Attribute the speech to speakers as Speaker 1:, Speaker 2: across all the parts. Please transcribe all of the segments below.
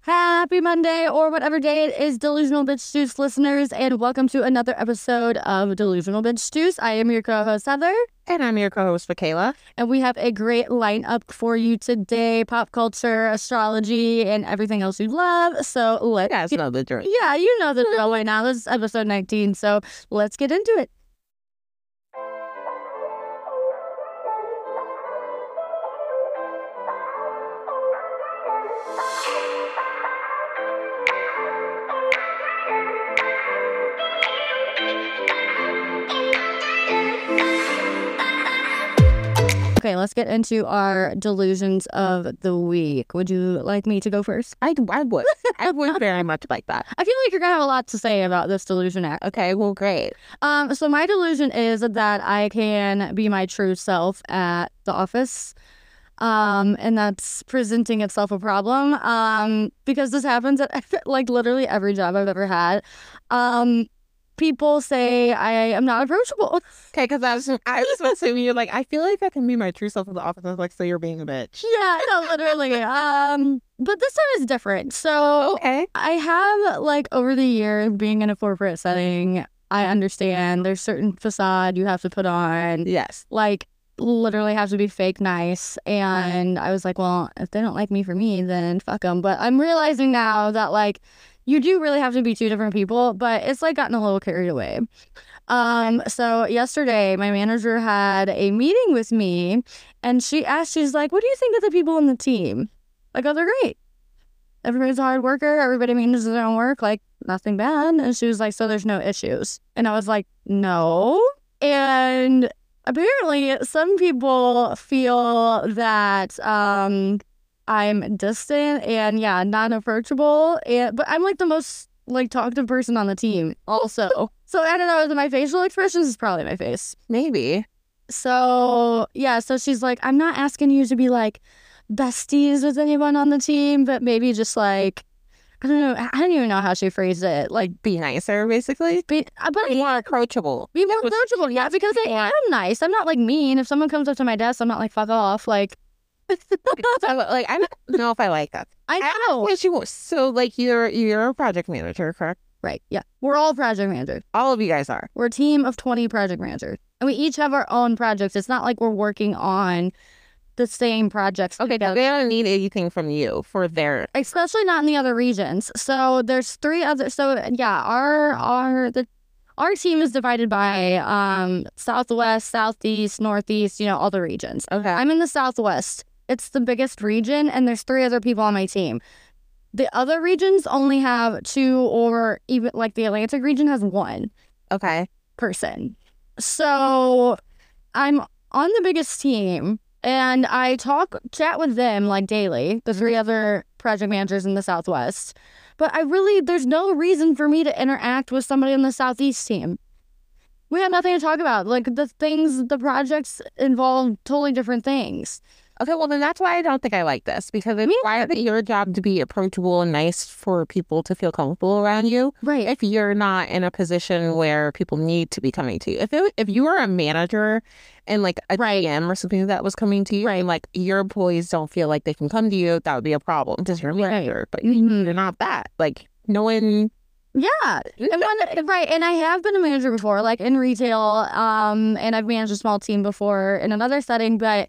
Speaker 1: Happy Monday or whatever day it is, Delusional Bitch Juice listeners, and welcome to another episode of Delusional Bitch Juice. I am your co-host Heather,
Speaker 2: And I'm your co host, Michaela.
Speaker 1: and we have a great lineup for you today: pop culture, astrology, and everything else you love. So
Speaker 2: You
Speaker 1: let's
Speaker 2: guys
Speaker 1: get-
Speaker 2: know the drill.
Speaker 1: yeah, you know the drill right now. This is episode 19, so let's get into it. Okay, let's get into our delusions of the week. Would you like me to go first?
Speaker 2: I, I would. I would very much like that.
Speaker 1: I feel like you're gonna have a lot to say about this delusion act.
Speaker 2: Okay, well, great.
Speaker 1: Um, so my delusion is that I can be my true self at the office. Um, and that's presenting itself a problem. Um, because this happens at like literally every job I've ever had. Um, people say I am not approachable.
Speaker 2: Okay, because I was, I was assuming you're like, I feel like I can be my true self in the office. I was like, so you're being a bitch.
Speaker 1: Yeah, no, literally. um, but this time is different. So
Speaker 2: Okay.
Speaker 1: I have like over the year being in a corporate setting, I understand there's certain facade you have to put on.
Speaker 2: Yes.
Speaker 1: like literally have to be fake nice and i was like well if they don't like me for me then fuck them but i'm realizing now that like you do really have to be two different people but it's like gotten a little carried away um so yesterday my manager had a meeting with me and she asked she's like what do you think of the people on the team like oh they're great everybody's a hard worker everybody manages their own work like nothing bad and she was like so there's no issues and i was like no and apparently some people feel that um I'm distant and yeah, not approachable. And but I'm like the most like talkative person on the team also. So I don't know, my facial expressions is probably my face.
Speaker 2: Maybe.
Speaker 1: So yeah, so she's like, I'm not asking you to be like besties with anyone on the team, but maybe just like I don't know. I don't even know how she phrased it. Like,
Speaker 2: Be nicer, basically.
Speaker 1: be, but
Speaker 2: Be more approachable.
Speaker 1: be more
Speaker 2: That was-
Speaker 1: approachable, yeah, because I
Speaker 2: Yeah.
Speaker 1: am nice. I'm not like mean. If someone comes up to my desk, I'm not like fuck off. Like,
Speaker 2: So, like, I don't know if I like that.
Speaker 1: I know,
Speaker 2: Yes, you will. So, like, you're you're a project manager, correct?
Speaker 1: right? Yeah, we're all project managers.
Speaker 2: All of you guys are.
Speaker 1: We're a team of twenty project managers, and we each have our own projects. It's not like we're working on the same projects.
Speaker 2: Okay,
Speaker 1: together.
Speaker 2: they don't need anything from you for their
Speaker 1: especially not in the other regions. So there's three other. So yeah, our our the our team is divided by um southwest, southeast, northeast. You know all the regions.
Speaker 2: okay.
Speaker 1: I'm in the Southwest. It's the biggest region, and there's three other people on my team. The other regions only have two, or even like the Atlantic region has one
Speaker 2: Okay.
Speaker 1: person. So I'm on the biggest team, and I talk, chat with them like daily, the three other project managers in the Southwest. But I really, there's no reason for me to interact with somebody in the Southeast team. We have nothing to talk about. Like the things, the projects involve totally different things.
Speaker 2: Okay, well then that's why I don't think I like this because it's
Speaker 1: Me
Speaker 2: why is it your job to be approachable and nice for people to feel comfortable around you
Speaker 1: Right.
Speaker 2: if you're not in a position where people need to be coming to you. If it, if you are a manager and like a
Speaker 1: Right.
Speaker 2: DM or something that was coming to you
Speaker 1: Right.
Speaker 2: and like your employees don't feel like they can come to you, that would be a problem because you're a manager. But
Speaker 1: Mhm.
Speaker 2: you're not that. Like no one
Speaker 1: Yeah. And when, right. And I have been a manager before, like in retail. Um, and I've managed a small team before in another setting, but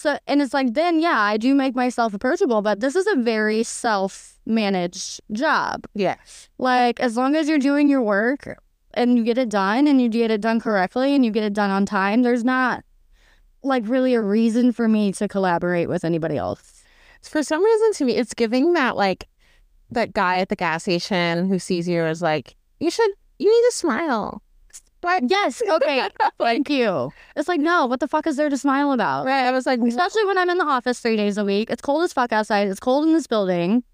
Speaker 1: so and it's like then yeah, I do make myself approachable, but this is a very self managed job.
Speaker 2: Yes.
Speaker 1: Like as long as you're doing your work and you get it done and you get it done correctly and you get it done on time, there's not like really a reason for me to collaborate with anybody else.
Speaker 2: For some reason to me it's giving that like that guy at the gas station who sees you is like, You should you need to smile. But
Speaker 1: Yes, okay.
Speaker 2: like
Speaker 1: Thank you. It's like, no, what the fuck is there to smile about?
Speaker 2: Right. I was like,
Speaker 1: Especially when I'm in the office three days a week. It's cold as fuck outside. It's cold in this building.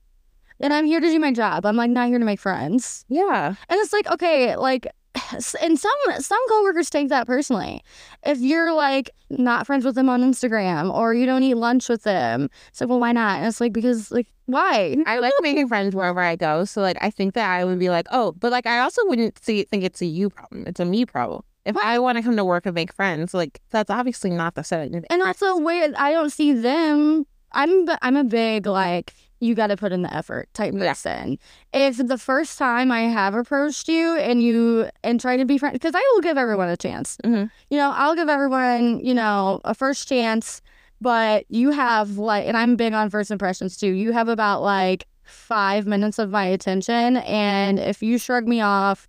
Speaker 1: And I'm here to do my job. I'm like not here to make friends.
Speaker 2: yeah.
Speaker 1: And it's like, okay, like and some some coworkers take that personally. If you're like not friends with them on Instagram or you don't eat lunch with them, it's like, well, why not? And it's like because like why?
Speaker 2: I like making friends wherever I go. So like I think that I would be like, oh, but like I also wouldn't see think it's a you problem. It's a me problem. If I want to come to work and make friends, like that's obviously not the setting.
Speaker 1: And that's a way I don't see them. I'm b- I'm a big like you got to put in the effort type
Speaker 2: Yeah.
Speaker 1: person. If the first time I have approached you and you and try to be friends, because I will give everyone a chance.
Speaker 2: Mhm.
Speaker 1: You know, I'll give everyone you know a first chance, but you have like, and I'm big on first impressions too. You have about like five minutes of my attention, and if you shrug me off.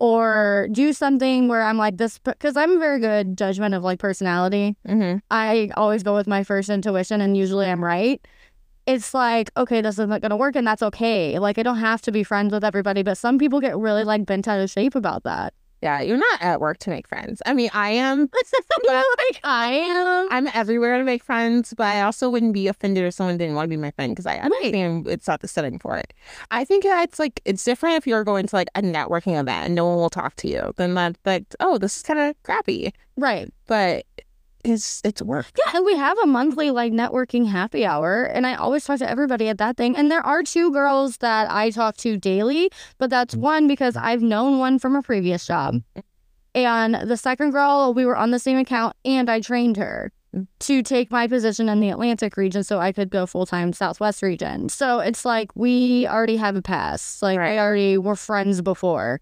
Speaker 1: Or do something where I'm like this because I'm a very good judgment of like personality.
Speaker 2: Mm-hmm.
Speaker 1: I always go with my first intuition and usually I'm right. It's like, okay, this isn't going to work and that's okay. Like, I don't have to be friends with everybody, but some people get really like bent out of shape about that.
Speaker 2: Yeah, you're not at work to make friends. I mean, I am.
Speaker 1: like, I am.
Speaker 2: I'm everywhere to make friends, but I also wouldn't be offended if someone didn't want to be my friend because I understand it's not the setting for it. I think that it's like it's different if you're going to like a networking event and no one will talk to you. Then that like oh this is kind of crappy,
Speaker 1: Right.
Speaker 2: but it's it's work.
Speaker 1: Yeah. And we have a monthly like networking happy hour. And I always talk to everybody at that thing. And there are two girls that I talk to daily, but that's one because I've known one from a previous job. And the second girl, we were on the same account and I trained her to take my position in the Atlantic region so I could go full time Southwest region. So it's like we already have a pass. Like
Speaker 2: Right.
Speaker 1: I already were friends before.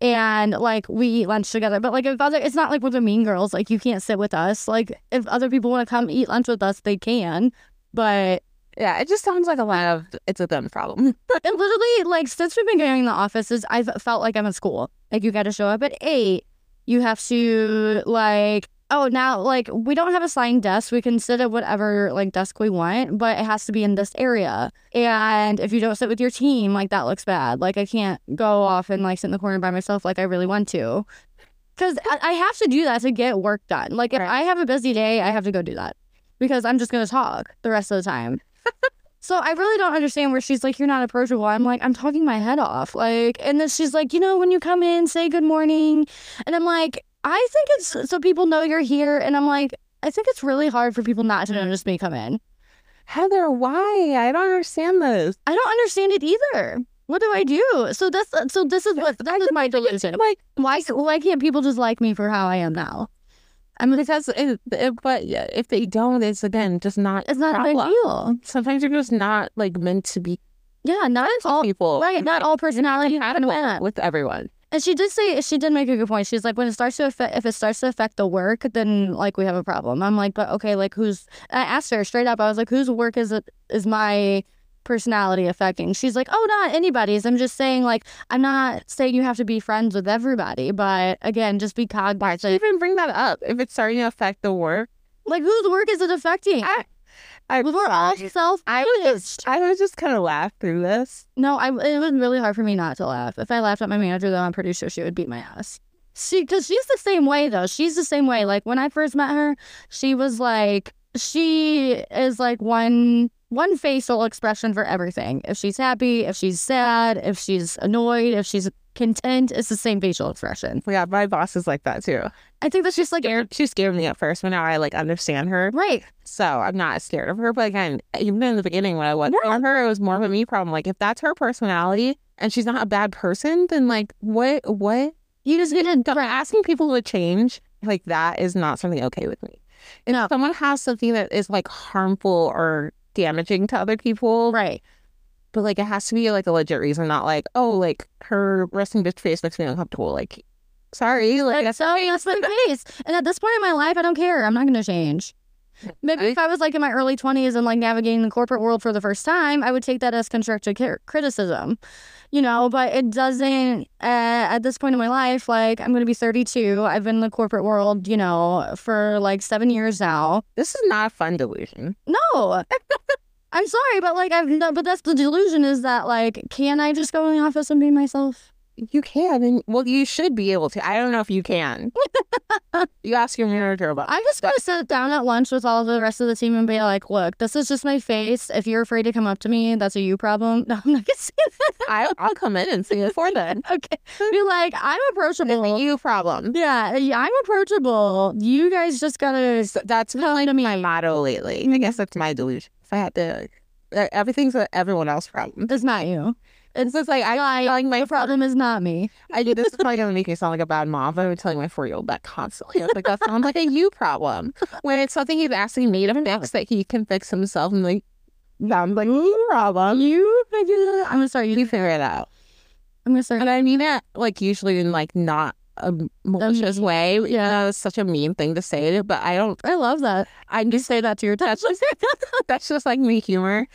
Speaker 1: And like we eat lunch together. But like if other it's not like we're the mean girls, like you can't sit with us. Like if other people want to come eat lunch with us, they can. But
Speaker 2: Yeah, it just sounds like a lot of it's a them problem.
Speaker 1: and literally, like since we've been getting in the offices, I've felt like I'm in school. Like you got to show up at eight. You have to like oh now like we don't have assigned desks. We can sit at whatever like desk we want, but it has to be in this area. And if you don't sit with your team, like that looks bad. Like I can't go off and like sit in the corner by myself like I really want to. Because I, I have to do that to get work done. Like if
Speaker 2: Right.
Speaker 1: I have a busy day, I have to go do that because I'm just gonna talk the rest of the time. So I really don't understand where she's like, you're not approachable. I'm like, I'm talking my head off. Like, and then she's like, you know, when you come in, say good morning. And I'm like, I think it's so people know you're here. And I'm like, I think it's really hard for people not to
Speaker 2: Mm.
Speaker 1: notice me come in.
Speaker 2: Heather, why? I don't understand this.
Speaker 1: I don't understand it either. What do I do? So that's so this is what that is my delusion.
Speaker 2: I'm like
Speaker 1: Why why can't people just like me for how I am now? I mean,
Speaker 2: because it, it- but yeah, if they don't, it's again just not.
Speaker 1: it's not a big
Speaker 2: problem.
Speaker 1: deal.
Speaker 2: Sometimes you're just not like meant to be
Speaker 1: Yeah, not all
Speaker 2: people
Speaker 1: right, not all personality had that.
Speaker 2: with everyone.
Speaker 1: And she did say she did make a good point. She's like, when it starts to affect, if it starts to affect the work, then like we have a problem. I'm like, but okay, like who's? I asked her straight up. I was like, whose work is it? Is my personality affecting? She's like, oh, not anybody's. I'm just saying, like, I'm not saying you have to be friends with everybody, but again, just be cognizant.
Speaker 2: Even bring that up if it's starting to affect the work.
Speaker 1: Like, whose work is it affecting?
Speaker 2: I- I-
Speaker 1: Well, we're all self.
Speaker 2: I I would just kind of laugh through this.
Speaker 1: No, I, it was really hard for me not to laugh. If I laughed at my manager, though, I'm pretty sure she would beat my ass. She, because she's the same way, though. She's the same way. Like when I first met her, she was like, she is like one one facial expression for everything. If she's happy, if she's sad, if she's annoyed, if she's content, it's the same facial expression.
Speaker 2: Yeah, my boss is like that too.
Speaker 1: I think that's just like
Speaker 2: Scared- She scared me at first, but now I like understand her.
Speaker 1: right.
Speaker 2: So I'm not scared of her. But again, even in the beginning when I was
Speaker 1: Yeah.
Speaker 2: on her, it was more of a me problem. Like if that's her personality and she's not a bad person, then like what what
Speaker 1: You just didn't.
Speaker 2: But asking people to change like that is not something okay with me. If
Speaker 1: No.
Speaker 2: someone has something that is like harmful or damaging to other people,
Speaker 1: Right.
Speaker 2: but like it has to be like a legit reason, not like oh like her resting bitch face makes me uncomfortable. Like sorry, like
Speaker 1: Like,
Speaker 2: that's
Speaker 1: so that's the case. And at this point in my life, I don't care. I'm not going to change. Maybe
Speaker 2: I-
Speaker 1: if I was like in my early 20s and like navigating the corporate world for the first time, I would take that as constructive cri- criticism, you know, but it doesn't uh, at this point in my life. Like, I'm going to be 32. I've been in the corporate world, you know, for like seven years now.
Speaker 2: this is not a fun delusion.
Speaker 1: No. I'm sorry, but like, I've no, but that's the delusion is that like, can I just go in the office and be myself?
Speaker 2: You can and well you should be able to. I don't know if you can. you ask your manager about
Speaker 1: I'm just gonna sit down at lunch with all the rest of the team and be like, "Look, this is just my face. If you're afraid to come up to me, that's a you problem." No, I'm not gonna say that.
Speaker 2: I I'll come in and see it for then.
Speaker 1: okay, be like, "I'm approachable."
Speaker 2: You problem.
Speaker 1: Yeah, yeah, I'm approachable. You guys just gotta.
Speaker 2: So that's really my motto lately. I guess that's my delusion. If I had to, like, everything's a everyone else problem.
Speaker 1: It's not you. It's
Speaker 2: So it's like I
Speaker 1: Like,
Speaker 2: like my
Speaker 1: the problem is not me.
Speaker 2: I do this is probably gonna make me sound like a bad mom. but I'm telling my four year old that constantly. I was like that sounds like a you problem. When it's something he's asking me to fix that he can fix himself and like sounds like you problem. You figure it out.
Speaker 1: I'm gonna start.
Speaker 2: you
Speaker 1: Using,
Speaker 2: figure it out.
Speaker 1: I'm gonna start.
Speaker 2: And I mean it like usually in like not a malicious way.
Speaker 1: yeah.
Speaker 2: Yeah, it's such a mean thing to say, but I don't
Speaker 1: I love that.
Speaker 2: I
Speaker 1: You
Speaker 2: just
Speaker 1: say that to your touch.
Speaker 2: that's just like me humor.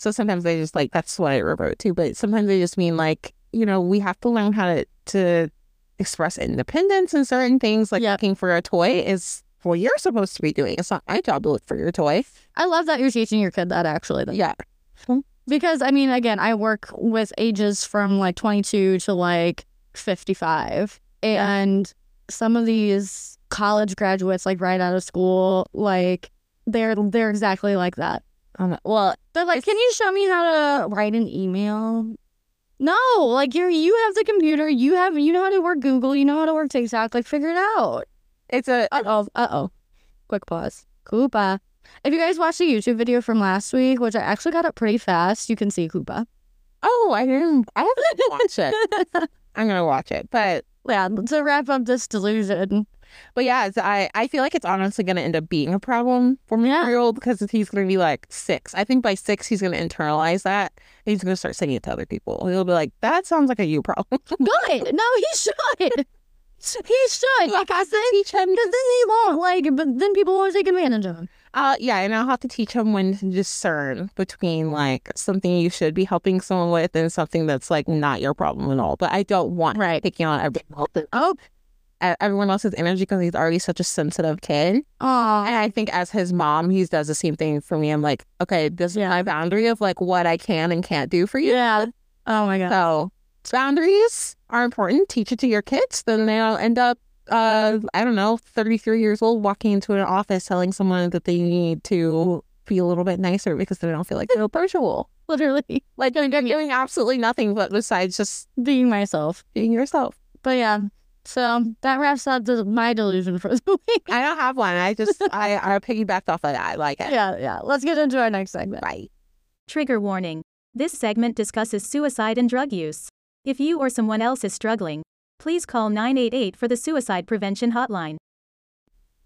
Speaker 2: So sometimes I just like that's what I revert to. But sometimes I just mean like you know we have to learn how to to express independence and certain things. Like
Speaker 1: Yep.
Speaker 2: looking for a toy is what you're supposed to be doing. It's not my job to look for your toy.
Speaker 1: I love that you're teaching your kid that actually. though.
Speaker 2: Yeah,
Speaker 1: Because I mean, again, I work with ages from like 22 to like 55, and some of these college graduates, like right out of school, like they're they're exactly like that.
Speaker 2: um, well,
Speaker 1: They're like, "Can you show me how to write an email?" No, like you are you have the computer, you have you know how to work Google, you know how to work TikTok, like figure it out.
Speaker 2: it's a
Speaker 1: Uh oh, uh oh. Quick pause. Koopa. If you guys watched the YouTube video from last week, which I actually got up pretty fast, you can see Koopa.
Speaker 2: oh I didn't I haven't watched it. I'm gonna watch it, but
Speaker 1: yeah, to wrap up this delusion.
Speaker 2: But yeah, it's, I I feel like it's honestly going to end up being a problem for my
Speaker 1: Yeah.
Speaker 2: year old because he's going to be like six. I think by six he's going to internalize that. And he's going to start saying it to other people. He'll be like, "That sounds like a you problem."
Speaker 1: Good. No, he should. He should.
Speaker 2: like I said, teach him.
Speaker 1: Because then he won't like but then people won't take advantage of him.
Speaker 2: Uh, yeah, and I'll have to teach him when to discern between like something you should be helping someone with and something that's like not your problem at all. But I don't want
Speaker 1: Right.
Speaker 2: taking on everyone,
Speaker 1: Oh.
Speaker 2: e- everyone else's energy because he's already such a sensitive kid.
Speaker 1: Aw.
Speaker 2: And I think as his mom, he does the same thing for me. I'm like, okay, this is
Speaker 1: Yeah.
Speaker 2: my boundary of like what I can and can't do for you.
Speaker 1: Yeah. Oh my god.
Speaker 2: So boundaries are important. Teach it to your kids. Then they'll end up, uh, I don't know, 33 years old, walking into an office telling someone that they need to be a little bit nicer because they don't feel like they're approachable.
Speaker 1: Literally
Speaker 2: Like you're doing absolutely nothing but besides just
Speaker 1: being myself.
Speaker 2: being yourself.
Speaker 1: But yeah. So that wraps up the, my delusion for the week.
Speaker 2: I don't have one. I just, I, I piggybacked off of that. I like it.
Speaker 1: Yeah, yeah. Let's get into our next segment.
Speaker 2: Bye.
Speaker 3: Trigger warning. This segment discusses suicide and drug use. If you or someone else is struggling, please call 988 for the suicide prevention hotline.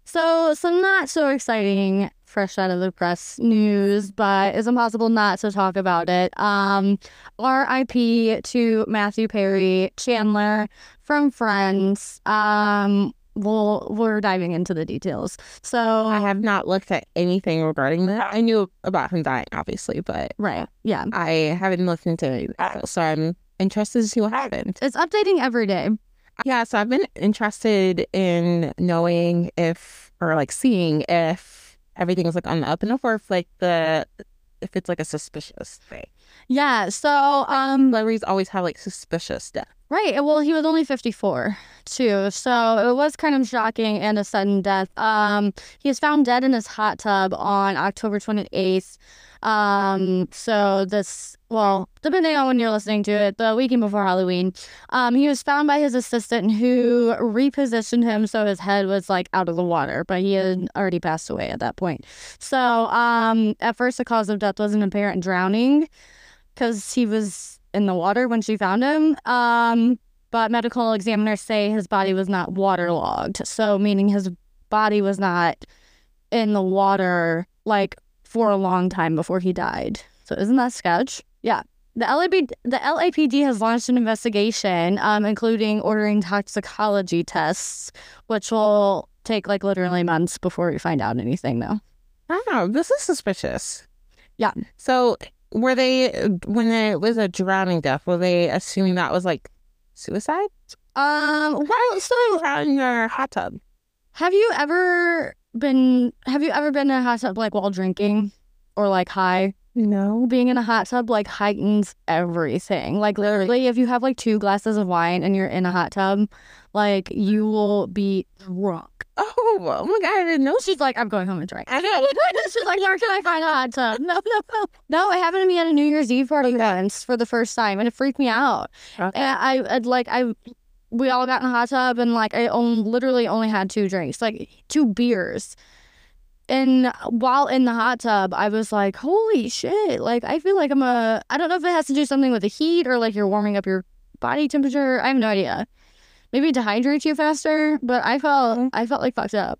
Speaker 1: So, some not so exciting, fresh out of the press news, but it's impossible not to talk about it. Um, RIP to Matthew Perry Chandler from Friends. Um, we'll, we're diving into the details.
Speaker 2: I
Speaker 1: So,
Speaker 2: have not looked at anything regarding that. I knew about him dying, obviously, but
Speaker 1: right. Yeah.
Speaker 2: I haven't looked into anything. So I'm interested to see what happened.
Speaker 1: It's updating every day.
Speaker 2: Yeah, so I've been interested in knowing if, or like seeing if everything is like on the up and up, or if like the, if it's like a suspicious thing.
Speaker 1: Yeah. So, um,
Speaker 2: Celebrities always have like suspicious death.
Speaker 1: Right. Well, he was only 54 too. So it was kind of shocking and a sudden death. Um, he was found dead in his hot tub on October 28th. Um, so this, well, depending on when you're listening to it, the weekend before Halloween, um, he was found by his assistant who repositioned him so his head was like out of the water, but he had already passed away at that point. So, um, at first, the cause of death was an apparent drowning because he was in the water when she found him. Um, but medical examiners say his body was not waterlogged, so meaning his body was not in the water like for a long time before he died. So isn't that sketch? Yeah. The LAPD, the LAPD has launched an investigation, um, including ordering toxicology tests, which will take like literally months before we find out anything, though.
Speaker 2: Oh, this is suspicious.
Speaker 1: Yeah.
Speaker 2: So were they when it was a drowning death? Were they assuming that was like suicide?
Speaker 1: Um,
Speaker 2: Why so drown in your hot tub?
Speaker 1: Have you ever been have you ever been in a hot tub like while drinking or like high?
Speaker 2: No.
Speaker 1: Being in a hot tub like heightens everything. Like literally if you have like two glasses of wine and you're in a hot tub, like you will be drunk.
Speaker 2: Oh, oh my god! I didn't know.
Speaker 1: She's like, I'm going home and drink.
Speaker 2: I know.
Speaker 1: She's like, where can I find a hot tub? No, no, no. No, it happened to me at a New Year's Eve party once for the first time and it freaked me out.
Speaker 2: Huh?
Speaker 1: And I I'd like I we all got in a hot tub and like I on, literally only had two drinks, like two beers. and while in the hot tub, I was like, holy shit. Like, I feel like I'm a, I don't know if it has to do something with the heat or like you're warming up your body temperature. I have no idea. Maybe it dehydrates you faster, but I felt,
Speaker 2: Mhm.
Speaker 1: I felt like fucked up.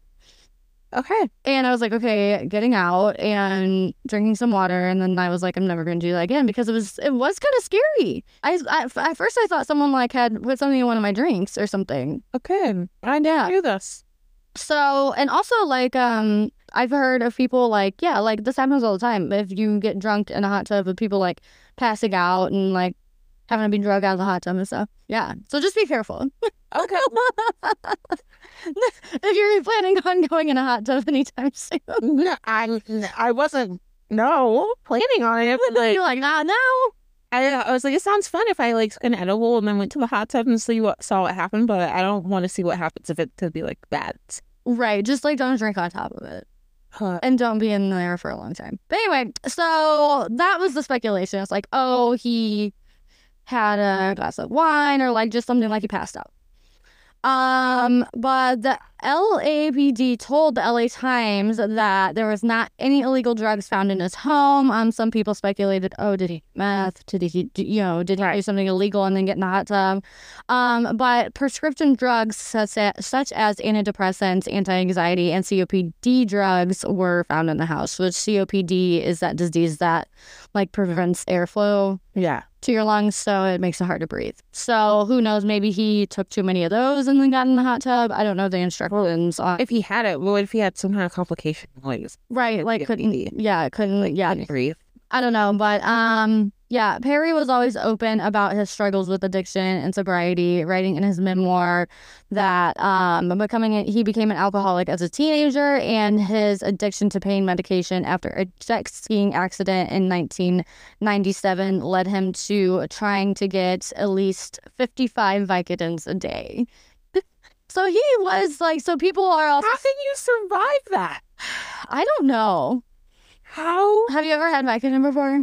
Speaker 2: Okay.
Speaker 1: And I was like, okay, getting out and drinking some water. And then I was like, I'm never going to do that again because it was, it was kind of scary. I, I, at first I thought someone like had put something in one of my drinks or something.
Speaker 2: Okay. I
Speaker 1: Yeah.
Speaker 2: never knew this.
Speaker 1: So, and also like um I've heard of people like yeah, like this happens all the time. If you get drunk in a hot tub with people like passing out and like having to be drug out of the hot tub and stuff. Yeah. So just be careful.
Speaker 2: Okay.
Speaker 1: if you're planning on going in a hot tub anytime soon.
Speaker 2: no, I I wasn't no planning on it. but, Like
Speaker 1: You're like, ah no.
Speaker 2: I, I was like, it sounds fun if I like took an edible and then went to the hot tub and see what saw what happened, but I don't want to see what happens if it could be like bad.
Speaker 1: Right. Just like don't drink on top of it.
Speaker 2: Huh.
Speaker 1: and don't be in there for a long time. But anyway, so that was the speculation. It's like, oh, he had a glass of wine or like just something like he passed out. Um, but the LAPD told the LA Times that there was not any illegal drugs found in his home. Um, some people speculated, oh, did he meth? Did he, d- you know, did he do something illegal and then get in the hot tub? Um, but prescription drugs such as, such as antidepressants, anti-anxiety, and COPD drugs were found in the house. Which COPD is that disease that like prevents airflow
Speaker 2: Yeah.
Speaker 1: to your lungs, so it makes it hard to breathe. So who knows? Maybe he took too many of those and then got in the hot tub. I don't know the instructions on
Speaker 2: If he had it, what if he had some kind of complication? Like,
Speaker 1: right. Like couldn't. Yeah, couldn't. Yeah,
Speaker 2: breathe.
Speaker 1: I don't know, but um, yeah, Perry was always open about his struggles with addiction and sobriety, writing in his memoir that um, becoming he became an alcoholic as a teenager and his addiction to pain medication after a jet skiing accident in 1997 led him to trying to get at least 55 Vicodins a day. so he was like, so people are also,
Speaker 2: How can you survive that?
Speaker 1: I don't know.
Speaker 2: How?
Speaker 1: Have you ever had Vicodin before?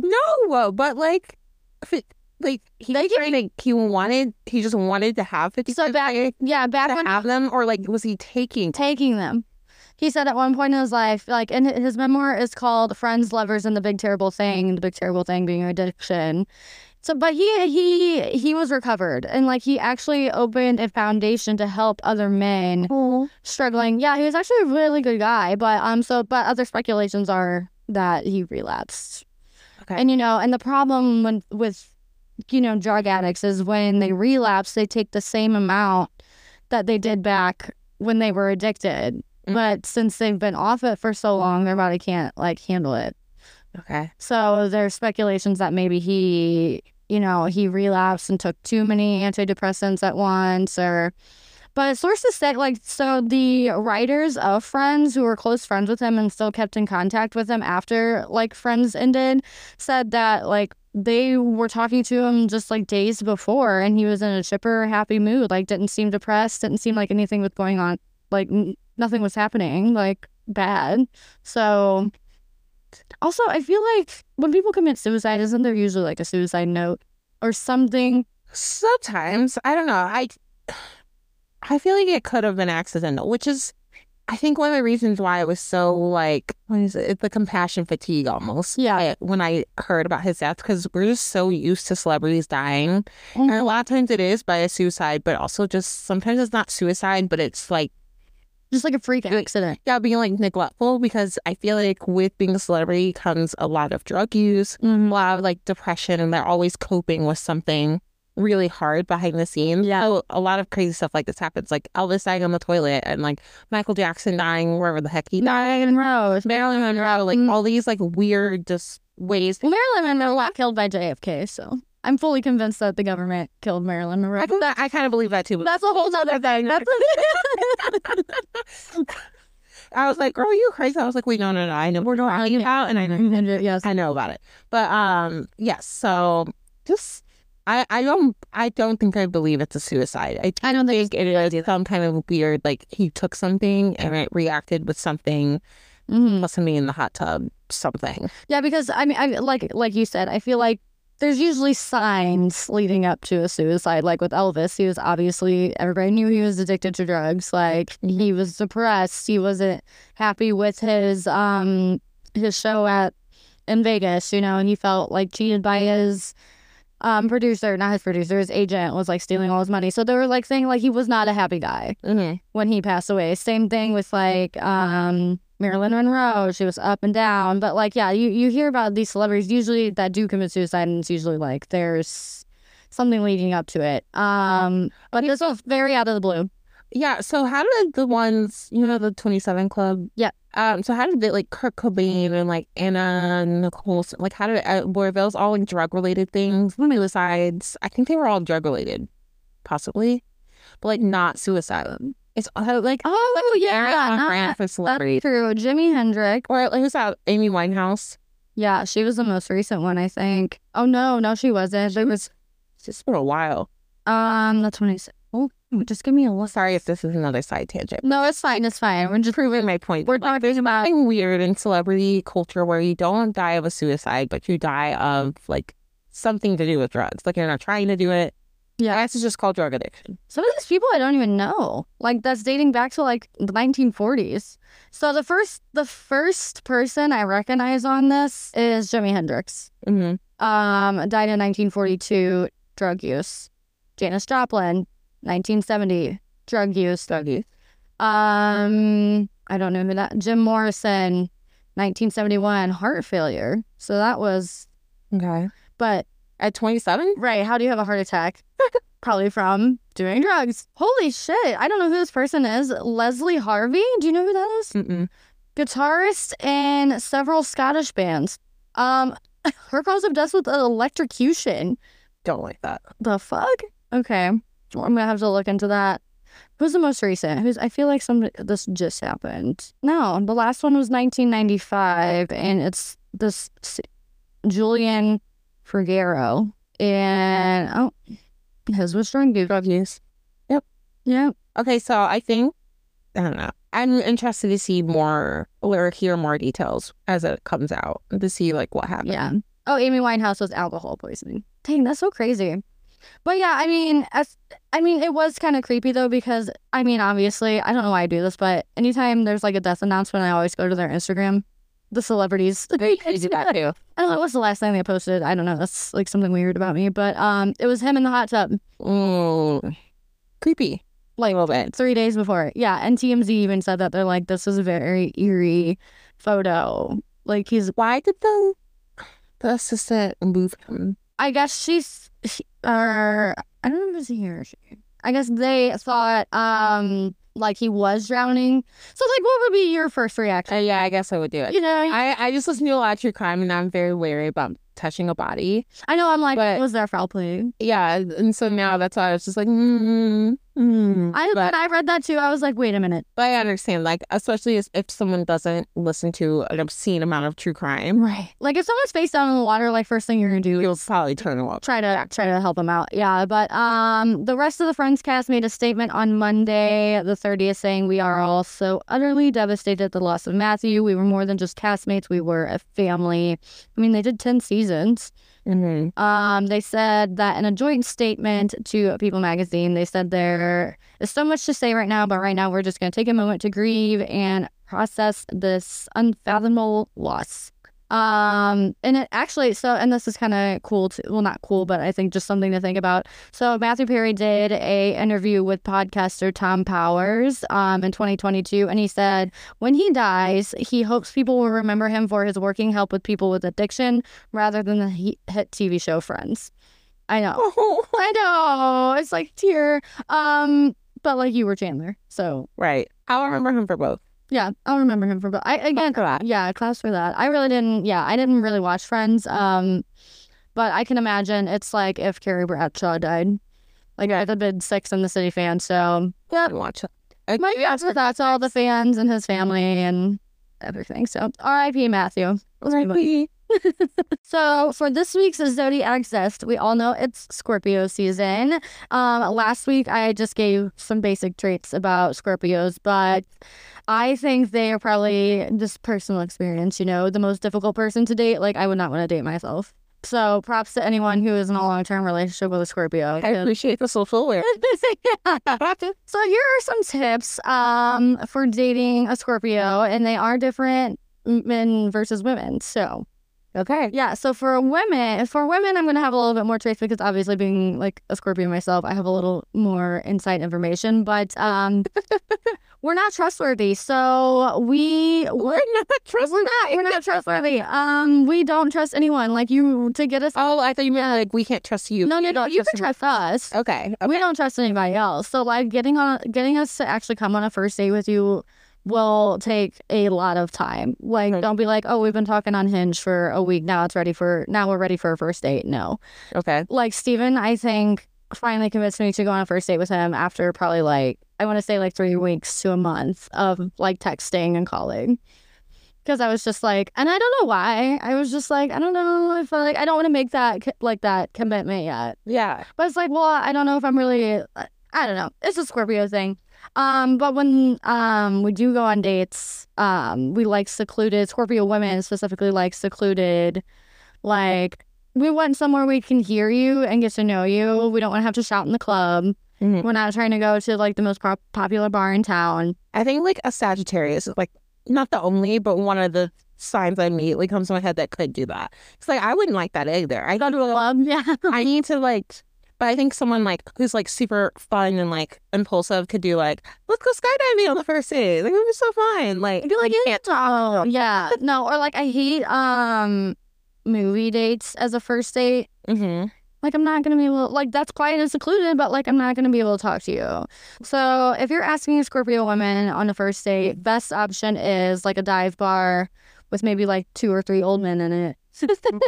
Speaker 2: No, but like, if it, like he
Speaker 1: They
Speaker 2: was
Speaker 1: give
Speaker 2: trying to, he wanted, he just wanted to have fifty.
Speaker 1: So back, yeah, back when
Speaker 2: to have them, or like, was he taking?
Speaker 1: taking them. He said at one point in his life, like, and his memoir is called "Friends, Lovers, and the Big Terrible Thing." The big terrible thing being addiction. So, but he he he was recovered, and like he actually opened a foundation to help other men struggling. Yeah, he was actually a really good guy, but um, so but other speculations are that he relapsed.
Speaker 2: Okay.
Speaker 1: And you know, and the problem when with you know drug addicts is when they relapse, they take the same amount that they did back when they were addicted,
Speaker 2: Mm.
Speaker 1: but since they've been off it for so long, their body can't like handle it.
Speaker 2: Okay.
Speaker 1: So there's speculations that maybe he, you know, he relapsed and took too many antidepressants at once or but sources said like so the writers of Friends who were close friends with him and still kept in contact with him after like Friends ended said that like they were talking to him just like days before and he was in a chipper happy mood like didn't seem depressed didn't seem like anything was going on like n- nothing was happening like bad so also, I feel like when people commit suicide, isn't there usually like a suicide note or something?
Speaker 2: Sometimes I don't know. I I feel like it could have been accidental, which is I think one of the reasons why it was so like what is it? It's the compassion fatigue almost.
Speaker 1: Yeah.
Speaker 2: I, when I heard about his death, because we're just so used to celebrities dying, and
Speaker 1: Mm-hmm.
Speaker 2: a lot of times it is by a suicide, but also just sometimes it's not suicide, but it's like
Speaker 1: Just like a freak accident.
Speaker 2: yeah, being like neglectful because I feel like with being a celebrity comes a lot of drug use, a
Speaker 1: Mm-hmm.
Speaker 2: lot of like depression and they're always coping with something really hard behind the scenes.
Speaker 1: Yeah.
Speaker 2: So a lot of crazy stuff like this happens, like Elvis dying on the toilet and like Michael Jackson dying wherever the heck he died.
Speaker 1: Marilyn Monroe.
Speaker 2: Marilyn Monroe, like
Speaker 1: Mm.
Speaker 2: all these like weird just ways.
Speaker 1: Marilyn Monroe got killed by JFK, so I'm fully convinced that the government killed Marilyn Monroe.
Speaker 2: I, think that, I kind of believe that too. but-
Speaker 1: That's a whole other thing. That's
Speaker 2: I was like, girl, you crazy. I was like, wait, no, no, no. I know we're not out and I know
Speaker 1: a- yes.
Speaker 2: I know about it. But um yes, so just I I don't I don't think I believe it's a suicide. I
Speaker 1: I don't think.
Speaker 2: think it is some kind of weird like he took something and it reacted with something
Speaker 1: Mhm.
Speaker 2: must have been in the hot tub something.
Speaker 1: Yeah, because I mean, I like like you said, I feel like there's usually signs leading up to a suicide. Like with Elvis, he was obviously, everybody knew he was addicted to drugs. Like he was depressed. He wasn't happy with his, um, his show at, in Vegas, you know, and he felt like cheated by his, um, producer, not his producer, his agent was like stealing all his money. So they were like saying like he was not a happy guy
Speaker 2: Mm-hmm.
Speaker 1: when he passed away. Same thing with like um Marilyn Monroe. She was up and down. But like yeah, you, you hear about these celebrities usually that do commit suicide and it's usually like there's something leading up to it. Um but this was very out of the blue.
Speaker 2: Yeah. So how did the ones you know the Twenty Seven Club?
Speaker 1: Yeah.
Speaker 2: Um. So how did they like Kurt Cobain and like Anna Nicole? Like how did uh, were those all like drug related things? Suicides? I think they were all drug related, possibly, but like not suicide. It's uh, like
Speaker 1: Oh
Speaker 2: Eric
Speaker 1: not-
Speaker 2: Grant for
Speaker 1: that's
Speaker 2: celebrity,
Speaker 1: true. Jimi Hendrix.
Speaker 2: or like who's that? Amy Winehouse.
Speaker 1: Yeah, she was the most recent one, I think. Oh no, no, she wasn't. She was
Speaker 2: Just for a while.
Speaker 1: um that's when I said oh just give me a list.
Speaker 2: Sorry if this is another side tangent.
Speaker 1: No, it's fine, it's fine. We're just
Speaker 2: Proving my point.
Speaker 1: we're talking about
Speaker 2: something weird in celebrity culture where you don't die of a suicide, but you die of like something to do with drugs. Like you're not trying to do it.
Speaker 1: yeah.
Speaker 2: I guess it's just called drug addiction.
Speaker 1: Some of these people I don't even know. Like that's dating back to like the 1940s. So the first the first person I recognize on this is Jimi Hendrix.
Speaker 2: Mm-hmm.
Speaker 1: Um, died in 1942, drug use. Janis Joplin, 1970, drug use.
Speaker 2: Drug use.
Speaker 1: Um, I don't know who that. Jim Morrison, 1971, heart failure. So that was,
Speaker 2: Okay.
Speaker 1: but
Speaker 2: At 27?
Speaker 1: Right. How do you have a heart attack? Probably from doing drugs. Holy shit. I don't know who this person is. Leslie Harvey. Do you know who that is?
Speaker 2: Mm-mm.
Speaker 1: Guitarist in several Scottish bands. Um, her girl's obsessed with electrocution.
Speaker 2: Don't like that.
Speaker 1: The fuck? Okay. Well, I'm gonna have to look into that. Who's the most recent? Who's I feel like some this just happened. No, the last one was 1995, and it's this s- Julian Figueroa, and oh, his was drunk. dude.
Speaker 2: Drug use.
Speaker 1: Yeah,
Speaker 2: Okay, so I think, I don't know. I'm interested to see more or hear more details as it comes out to see like what happened.
Speaker 1: yeah. Oh, Amy Winehouse was alcohol poisoning. Dang, that's so crazy. But yeah, I mean, as, I mean, it was kind of creepy though because I mean, obviously, I don't know why I do this, but anytime there's like a death announcement, I always go to their Instagram, the celebrities.
Speaker 2: too.
Speaker 1: I don't know what's the last thing they posted. I don't know. That's like something weird about me. But um, it was him in the hot tub
Speaker 2: Mm. Creepy. Like a little bit.
Speaker 1: three days before. Yeah, and TMZ even said that they're like, this is a very eerie photo. Like he's,
Speaker 2: Why did the the assistant move him?
Speaker 1: I guess she's, she, or I don't know if it's he or she. I guess they thought um like he was drowning. So like, what would be your first reaction?
Speaker 2: Uh, yeah, I guess I would do it.
Speaker 1: You know, I,
Speaker 2: I, I just listen to a lot of true crime and I'm very wary about touching a body.
Speaker 1: know I'm like,
Speaker 2: but-
Speaker 1: was there foul play?
Speaker 2: Yeah, and so now
Speaker 1: Mm-hmm.
Speaker 2: that's why I was just like, mm, mm.
Speaker 1: I
Speaker 2: but,
Speaker 1: when I read that too, I was like, wait a minute,
Speaker 2: but I understand, like, especially if, if someone doesn't listen to an obscene amount of true crime,
Speaker 1: right? Like if someone's face down in the water, like first thing you're gonna do
Speaker 2: you'll probably turn them off.
Speaker 1: try to try to help him out. Yeah, but um, the rest of the Friends cast made a statement on Monday, the 30th, saying we are all so utterly devastated at the loss of Matthew. We were more than just castmates; we were a family. I mean, they did 10 seasons.
Speaker 2: Mm-hmm.
Speaker 1: Um, they said that in a joint statement to People Magazine, they said there is so much to say right now, but right now we're just going to take a moment to grieve and process this unfathomable loss. Um, and it actually, so, and this is kind of cool, to, well, not cool, but I think just something to think about. So Matthew Perry did a interview with podcaster Tom Powers, um, in 2022, and he said when he dies, he hopes people will remember him for his working help with people with addiction rather than the he- hit TV show Friends. I know.
Speaker 2: Oh,
Speaker 1: I know. It's like tear. Um, but like you were Chandler, so
Speaker 2: right. I'll remember him for both.
Speaker 1: yeah, I'll remember him for. But I again, yeah, class for that. I really didn't. Yeah, I didn't really watch Friends. Um, but I can imagine it's like if Carrie Bradshaw died. Like I'd have been six in the city fan, so
Speaker 2: Yeah, I'd watch it.
Speaker 1: my
Speaker 2: yeah,
Speaker 1: thoughts that's all the fans and his family and everything. So R.I.P. Matthew. So for this week's zodiac zest, we all know it's Scorpio season. Um, last week I just gave some basic traits about Scorpios, but I think they are probably just personal experience. You know, the most difficult person to date. Like I would not want to date myself. So props to anyone who is in a long term relationship with a Scorpio.
Speaker 2: I appreciate the social aware.
Speaker 1: So here are some tips um, for dating a Scorpio, and they are different men versus women. So
Speaker 2: Okay.
Speaker 1: yeah, so for women, for women, I'm gonna have a little bit more traits because obviously being like a Scorpio myself, I have a little more insight information. But um, we're not trustworthy, so we
Speaker 2: We're not trust-
Speaker 1: we're not we're not trustworthy. Um, we don't trust anyone. Like you to get us.
Speaker 2: Oh, I thought you meant like we can't trust you.
Speaker 1: No, no, no.
Speaker 2: don't
Speaker 1: You
Speaker 2: trust
Speaker 1: can trust us.
Speaker 2: Okay.
Speaker 1: We
Speaker 2: okay.
Speaker 1: don't trust anybody else. So like getting on getting us to actually come on a first date with you will take a lot of time. Like
Speaker 2: Right.
Speaker 1: don't be like, "Oh, we've been talking on Hinge for a week. Now it's ready for now we're ready for a first date." No.
Speaker 2: Okay.
Speaker 1: Like Steven, I think finally convinced me to go on a first date with him after probably like I want to say like 3 weeks to a month of like texting and calling. Cuz I was just like, and I don't know why. I was just like, I don't know. I felt like I don't want to make that co- like that commitment yet.
Speaker 2: Yeah.
Speaker 1: But it's like, well, I don't know if I'm really. I don't know. It's a Scorpio thing. Um, but when um we do go on dates, um, we like secluded Scorpio women specifically like secluded, like we want somewhere we can hear you and get to know you. We don't want to have to shout in the club.
Speaker 2: Mhm.
Speaker 1: We're not trying to go to like the most pop- popular bar in town.
Speaker 2: I think like a Sagittarius is like not the only, but one of the signs that immediately comes to my head that could do that. It's like I wouldn't like that either. I got to a
Speaker 1: Club, yeah.
Speaker 2: I need to like, but I think someone like who's like super fun and like impulsive could do like, let's go skydiving on the first date. Like it would be so fun. Like,
Speaker 1: I'd be like,
Speaker 2: you
Speaker 1: yeah,
Speaker 2: can't
Speaker 1: oh, yeah, no, or like I hate um movie dates as a first date.
Speaker 2: Mm-hmm.
Speaker 1: Like I'm not gonna be able like that's quiet and secluded, but like I'm not gonna be able to talk to you. So if you're asking a Scorpio woman on a first date, best option is like a dive bar with maybe like two or three old men in it.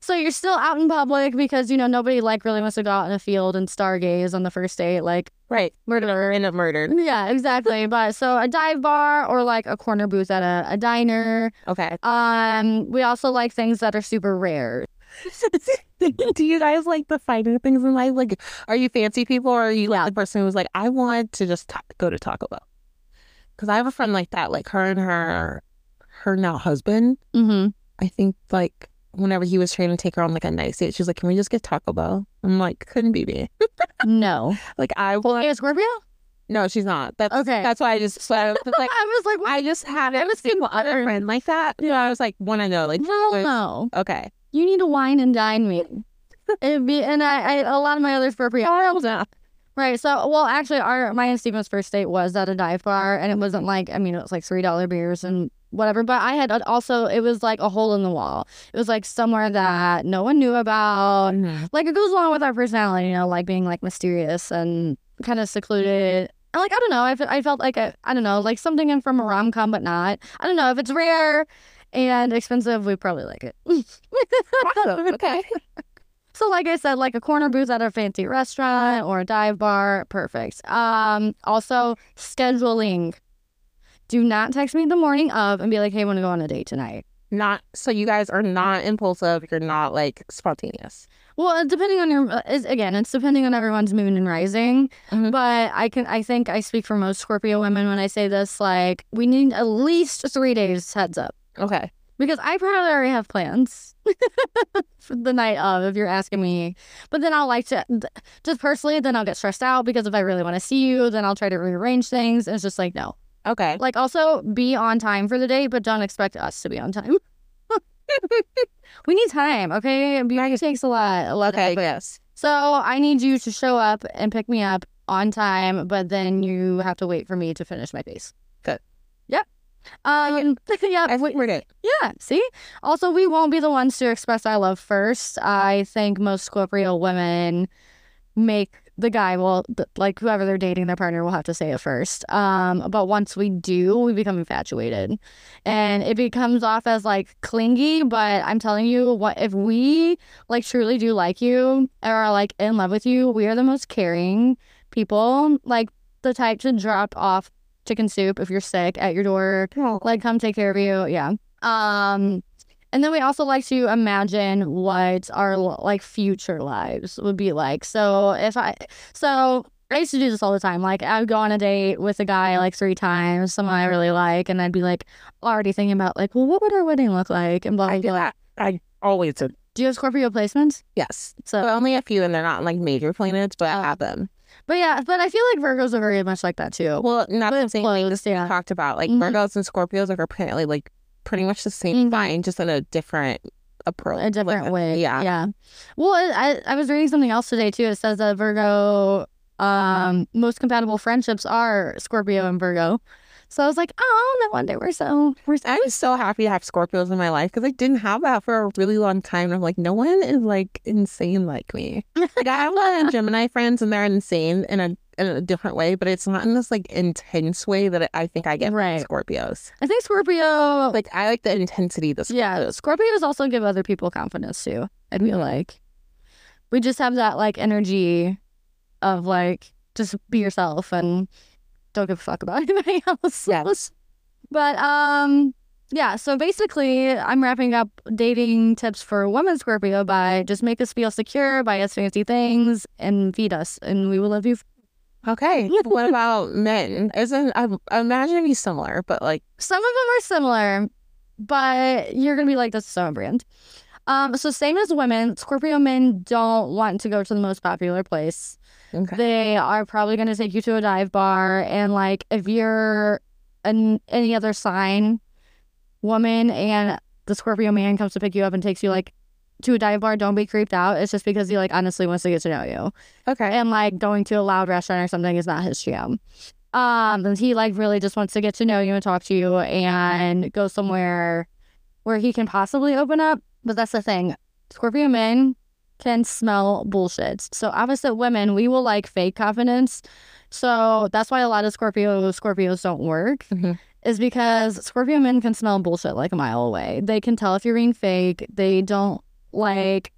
Speaker 1: so you're still out in public because you know nobody like really wants to go out in a field and stargaze on the first date. Like
Speaker 2: Right. Murderer end up murdered.
Speaker 1: yeah, exactly. but so a dive bar or like a corner booth at a, a diner.
Speaker 2: Okay.
Speaker 1: Um, we also like things that are super rare.
Speaker 2: do you guys like the finer things in life? Like, are you fancy people or are you like the person who's like, I want to just ta- go to Taco Bell? Because I have a friend like that. Like her and her, her now husband.
Speaker 1: Mm-hmm.
Speaker 2: I think like whenever he was trying to take her on like a nice date, she was like, "Can we just get Taco Bell?" I'm like, "Couldn't be me."
Speaker 1: No.
Speaker 2: Like I want.
Speaker 1: Hey, Scorpio?
Speaker 2: No, she's not. That's
Speaker 1: Okay.
Speaker 2: okay. That's why I just so I was like
Speaker 1: I was like,
Speaker 2: I just had it was single other friend like that. You know, I was like, want to know like
Speaker 1: Hell
Speaker 2: like,
Speaker 1: no.
Speaker 2: okay,
Speaker 1: You need to wine and dine me. It'd be, and I, I, a lot of my other Scorpio. Right. So, well, actually, our, my and Steven's first date was at a dive bar, and it wasn't like, I mean, it was like $3 beers and whatever. But I had uh, also, it was like a hole in the wall. It was like somewhere that no one knew about. Like, it goes along with our personality, you know, like being like mysterious and kind of secluded. And, Like, I don't know. I, fe- I felt like, I I don't know, like something in from a rom com, but not. I don't know. If it's rare and expensive, we probably like it.
Speaker 2: Awesome. Okay.
Speaker 1: So, like I said, like a corner booth at a fancy restaurant or a dive bar, perfect. Um, also scheduling. Do not text me the morning of and be like, "Hey, want to go on a date tonight?"
Speaker 2: Not so you guys are not impulsive. You're not like spontaneous.
Speaker 1: Well, it- depending on your uh, is again, it's depending on everyone's moon and rising.
Speaker 2: Mhm.
Speaker 1: But I can, I think I speak for most Scorpio women when I say this. Like, we need at least three days heads up
Speaker 2: Okay.
Speaker 1: because I probably already have plans for the night of, if you're asking me. But then I'll like to, just personally, then I'll get stressed out because if I really want to see you, then I'll try to rearrange things. And it's just like, no.
Speaker 2: Okay.
Speaker 1: Like, also be on time for the day, but don't expect us to be on time. we need time, okay? Beauty takes a lot, a lot of
Speaker 2: Okay.
Speaker 1: effort.
Speaker 2: Yes.
Speaker 1: So I need you to show up and pick me up on time, but then you have to wait for me to finish my face.
Speaker 2: Good.
Speaker 1: Yep. Um, yep.
Speaker 2: I've waited it.
Speaker 1: Yeah, see? Also, we won't be the ones to express our love first. I think most Scorpio women make the guy, well, th- like whoever they're dating, their partner will have to say it first. Um, but once we do, we become infatuated. And it becomes off as like clingy, but I'm telling you, what if we like truly do like you or are like in love with you, we are the most caring people, like the type to drop off chicken soup if you're sick at your door like come take care of you yeah um and then we also like to imagine what our like future lives would be like so if i so i used to do this all the time like i would go on a date with a guy like three times someone i really like and i'd be like already thinking about like well what would our wedding look like and blah blah
Speaker 2: I do
Speaker 1: blah
Speaker 2: that. I always did.
Speaker 1: Do you have Scorpio placements?
Speaker 2: Yes.
Speaker 1: So,
Speaker 2: But only a few, and they're not like major planets, but I have them.
Speaker 1: but yeah, but I feel like Virgos are very much like that too.
Speaker 2: Oh. Well, Mm-hmm. not the same thing
Speaker 1: Placed, yeah.
Speaker 2: talked about. Like
Speaker 1: Mhm.
Speaker 2: Virgos and Scorpios are apparently like pretty much the same
Speaker 1: Mhm.
Speaker 2: sign, just in a different approach.
Speaker 1: a different
Speaker 2: like,
Speaker 1: way.
Speaker 2: Yeah.
Speaker 1: Yeah. Well, I, I was reading something else today too. It says that Virgo, um, most compatible friendships are Scorpio and Virgo. So I was like, oh, no wonder we're so we're so.
Speaker 2: I was so happy to have Scorpios in my life because I didn't have that for a really long time. And I'm like, no one is like insane like me. Like I have a lot of Gemini friends, and they're insane in a in a different way, but it's not in this like intense way that I think I get from
Speaker 1: Right.
Speaker 2: Scorpios.
Speaker 1: I think Scorpio.
Speaker 2: Like I like the intensity. This
Speaker 1: yeah, Scorpios also give other people confidence too. I feel like we just have that like energy of like just be yourself and don't give a fuck about anybody else.
Speaker 2: Yes.
Speaker 1: But um yeah, so basically I'm wrapping up dating tips for women Scorpio by just make us feel secure, buy us fancy things, and feed us and we will love you.
Speaker 2: Okay. what about men? Isn't I, I imagine it'd be similar, but like
Speaker 1: Some of them are similar, but you're gonna be like, this is so brand. Um, so same as women, Scorpio men don't want to go to the most popular place.
Speaker 2: okay.
Speaker 1: They are probably going to take you to a dive bar. And like, if you're an any other sign woman and the Scorpio man comes to pick you up and takes you like to a dive bar, don't be creeped out. It's just because he like honestly wants to get to know you.
Speaker 2: okay.
Speaker 1: And like going to a loud restaurant or something is not his jam. Um, and he like really just wants to get to know you and talk to you and go somewhere where he can possibly open up. But that's the thing. Scorpio men can smell bullshit. So opposite women, we will like fake confidence. So that's why a lot of Scorpio Scorpios don't work.
Speaker 2: Mhm.
Speaker 1: Is because Scorpio men can smell bullshit like a mile away. They can tell if you're being fake. They don't like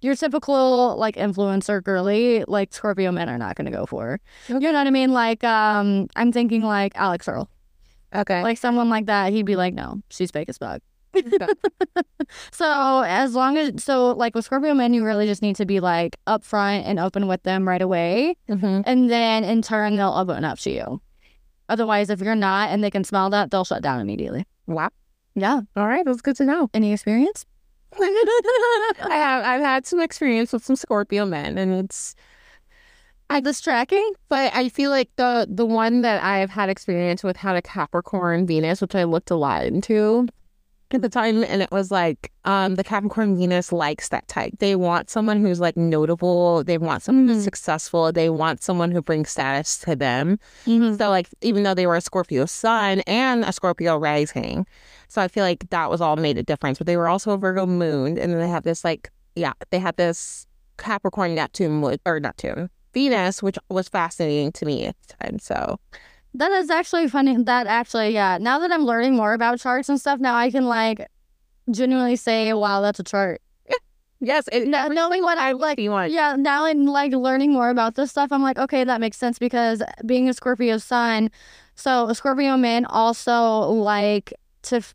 Speaker 1: your typical like influencer girly, like Scorpio men are not gonna go for. You know what I mean? Like, um, I'm thinking like Alex Earl.
Speaker 2: Okay.
Speaker 1: Like someone like that, he'd be like, No, she's fake as fuck. so as long as so like with Scorpio men, you really just need to be like upfront and open with them right away.
Speaker 2: Mhm.
Speaker 1: And then in turn they'll open up to you. Otherwise, if you're not and they can smell that, they'll shut down immediately.
Speaker 2: Wow.
Speaker 1: Yeah.
Speaker 2: All right. That's good to know.
Speaker 1: Any experience?
Speaker 2: I have I've had some experience with some Scorpio men and it's
Speaker 1: I this tracking?
Speaker 2: but I feel like the the one that I've had experience with had a Capricorn Venus, which I looked a lot into at the time and it was like um the Capricorn Venus likes that type. They want someone who's like notable, they want someone who's
Speaker 1: Mhm.
Speaker 2: successful, they want someone who brings status to them.
Speaker 1: Mm-hmm.
Speaker 2: So like even though they were a Scorpio sun and a Scorpio rising, so I feel like that was all made a difference. But they were also a Virgo moon, and then they have this like yeah, they had this Capricorn Neptune which- or Neptune Venus, which was fascinating to me at the time. So
Speaker 1: That is actually funny. That actually, yeah. Now that I'm learning more about charts and stuff, now I can like genuinely say, "Wow, that's a chart."
Speaker 2: yes, it,
Speaker 1: No, knowing what I like,
Speaker 2: you want.
Speaker 1: yeah. Now in like learning more about this stuff, I'm like, okay, that makes sense because being a Scorpio sun, so a Scorpio men also like to f-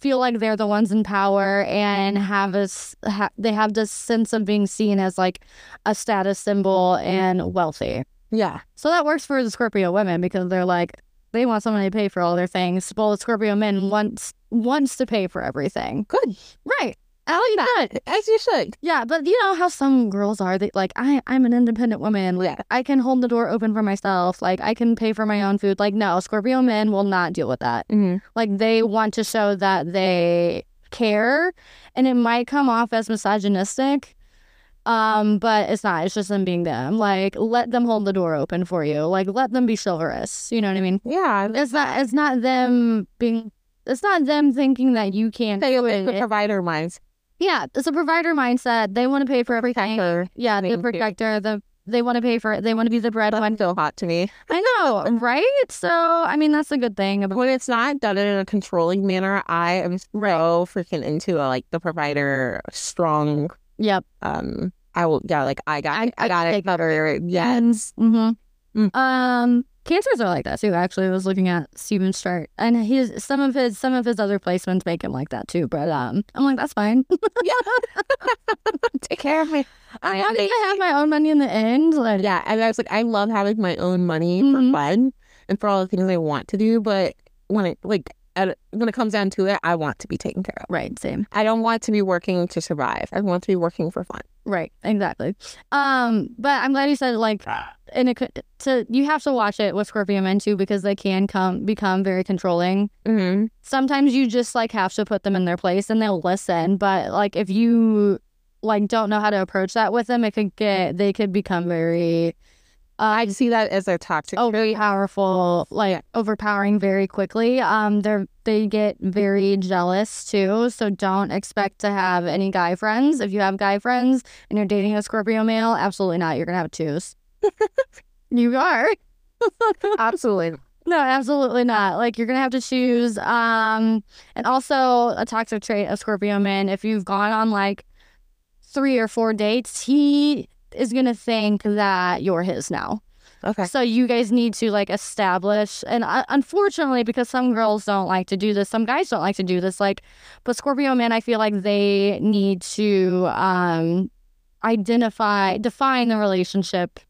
Speaker 1: feel like they're the ones in power and have a s- ha- they have this sense of being seen as like a status symbol and wealthy.
Speaker 2: yeah,
Speaker 1: So that works for the Scorpio women because they're like they want somebody to pay for all their things. Well, the Scorpio men wants wants to pay for everything.
Speaker 2: good.
Speaker 1: Right. Oh, you
Speaker 2: Good, as you should.
Speaker 1: Yeah, but you know how some girls are. They like I I'm an independent woman. Like,
Speaker 2: Yeah.
Speaker 1: I can hold the door open for myself. Like I can pay for my own food. Like no, Scorpio men will not deal with that.
Speaker 2: Mm-hmm.
Speaker 1: Like they want to show that they care, and it might come off as misogynistic. Um, but it's not. It's just them being them. Like let them hold the door open for you. Like let them be chivalrous. You know what I mean?
Speaker 2: Yeah,
Speaker 1: It's not. It's not them being. It's not them thinking that you can't.
Speaker 2: they
Speaker 1: do
Speaker 2: the
Speaker 1: it.
Speaker 2: provider minds.
Speaker 1: Yeah, it's a provider mindset. They want to pay for everything. Yeah, the
Speaker 2: Thank you.
Speaker 1: protector. The they want to pay for it. They want to be the breadwinner.
Speaker 2: That's so hot to me.
Speaker 1: I know, right? So I mean, that's a good thing. about
Speaker 2: When it's not done in a controlling manner, I am so freaking into a, like the provider strong.
Speaker 1: Yep.
Speaker 2: Um, I will. Yeah, like I got, I,
Speaker 1: I
Speaker 2: got
Speaker 1: take
Speaker 2: it covered. Yes.
Speaker 1: Mm-hmm.
Speaker 2: Mm.
Speaker 1: Um, cancers are like that too. Actually, I was looking at Steven's chart, and his some of his some of his other placements make him like that too. But um, I'm like, that's fine.
Speaker 2: Yeah. Take care of me. I
Speaker 1: I
Speaker 2: am.
Speaker 1: think I have my own money in the end. Like,
Speaker 2: Yeah, and I was like, I love having my own money
Speaker 1: Mhm.
Speaker 2: for fun and for all the things I want to do, but when it like at, when it comes down to it, I want to be taken care of.
Speaker 1: Right. Same.
Speaker 2: I don't want to be working to survive. I want to be working for fun.
Speaker 1: Right. Exactly. Um, but I'm glad you said like,
Speaker 2: Ah.
Speaker 1: and it could to you have to watch it with Scorpio men too because they can come become very controlling.
Speaker 2: Mm-hmm.
Speaker 1: Sometimes you just like have to put them in their place and they'll listen. But like if you like don't know how to approach that with them, it could get they could become very uh,
Speaker 2: I see that as their toxic.
Speaker 1: oh really powerful like overpowering very quickly um they're they get very jealous too so don't expect to have any guy friends if you have guy friends and you're dating a scorpio male absolutely not you're gonna have twos you are
Speaker 2: absolutely.
Speaker 1: no absolutely not like you're gonna have to choose um and also a toxic trait of scorpio men if you've gone on like three or four dates he is gonna think that you're his now
Speaker 2: Okay.
Speaker 1: so you guys need to like establish, and uh, unfortunately, because some girls don't like to do this, some guys don't like to do this. Like, but Scorpio men, I feel like they need to um identify, define the relationship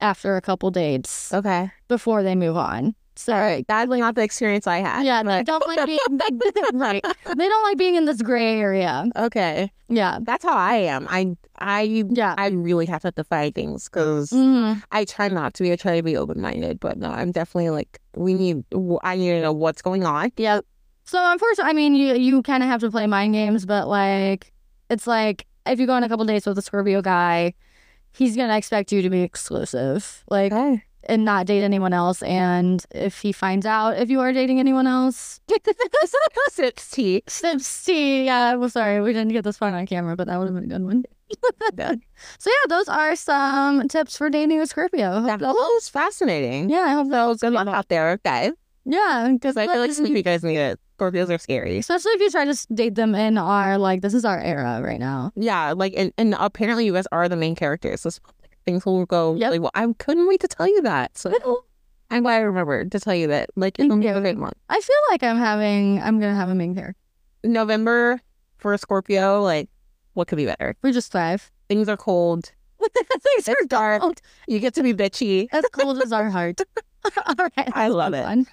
Speaker 1: after a couple dates
Speaker 2: Okay.
Speaker 1: before they move on.
Speaker 2: Oh. All
Speaker 1: So
Speaker 2: right. That's not the experience I had.
Speaker 1: yeah, they
Speaker 2: Like,
Speaker 1: don't like being right. They don't like being in this gray area.
Speaker 2: okay.
Speaker 1: Yeah,
Speaker 2: That's how I am. I I
Speaker 1: yeah.
Speaker 2: I really have to define things because
Speaker 1: Mhm.
Speaker 2: I try not to be. I try to be open minded, but no, I'm definitely like we need. I need to know what's going on.
Speaker 1: Yeah. So unfortunately, I mean, you you kind of have to play mind games, but like, it's like if you go on a couple dates with a Scorpio guy, he's gonna expect you to be exclusive, like,
Speaker 2: Okay.
Speaker 1: and not date anyone else. And if he finds out if you are dating anyone else,
Speaker 2: Six tea.
Speaker 1: sips tea. Yeah, well, sorry, we didn't get this part on camera, but that would have been a good one. so yeah, those are some tips for dating a Scorpio.
Speaker 2: That was fascinating.
Speaker 1: yeah, I hope that was
Speaker 2: Good luck out there, guys.
Speaker 1: yeah,
Speaker 2: Because I feel like some of you guys need it. Scorpios are scary.
Speaker 1: especially if you try to s- date them in our like this is our era right now.
Speaker 2: Yeah, like and, and apparently you guys are the main characters. So things will go
Speaker 1: Yep.
Speaker 2: really well. I couldn't wait to tell you that. So I'm glad I remembered to tell you that. Like in
Speaker 1: Thank you.
Speaker 2: November, month.
Speaker 1: I feel like I'm having I'm gonna have a main character.
Speaker 2: November for a Scorpio, like what could be better?
Speaker 1: We just thrive.
Speaker 2: Things are cold. Things are dark.
Speaker 1: cold.
Speaker 2: You get to be bitchy.
Speaker 1: As cold as our heart. All right.
Speaker 2: I love it.
Speaker 1: Fun.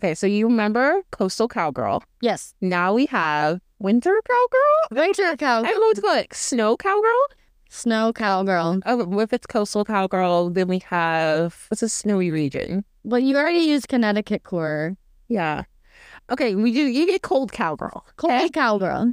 Speaker 2: Okay, so you remember Coastal Cowgirl.
Speaker 1: Yes.
Speaker 2: Now we have Winter Cowgirl.
Speaker 1: Winter cow.
Speaker 2: I don't know what to call it. Snow Cowgirl.
Speaker 1: Snow cowgirl.
Speaker 2: Oh, if it's Coastal Cowgirl, then we have what's a snowy region?
Speaker 1: But you already used Connecticut core.
Speaker 2: Yeah. Okay, we do. You get cold cowgirl.
Speaker 1: Cold
Speaker 2: Okay.
Speaker 1: cowgirl.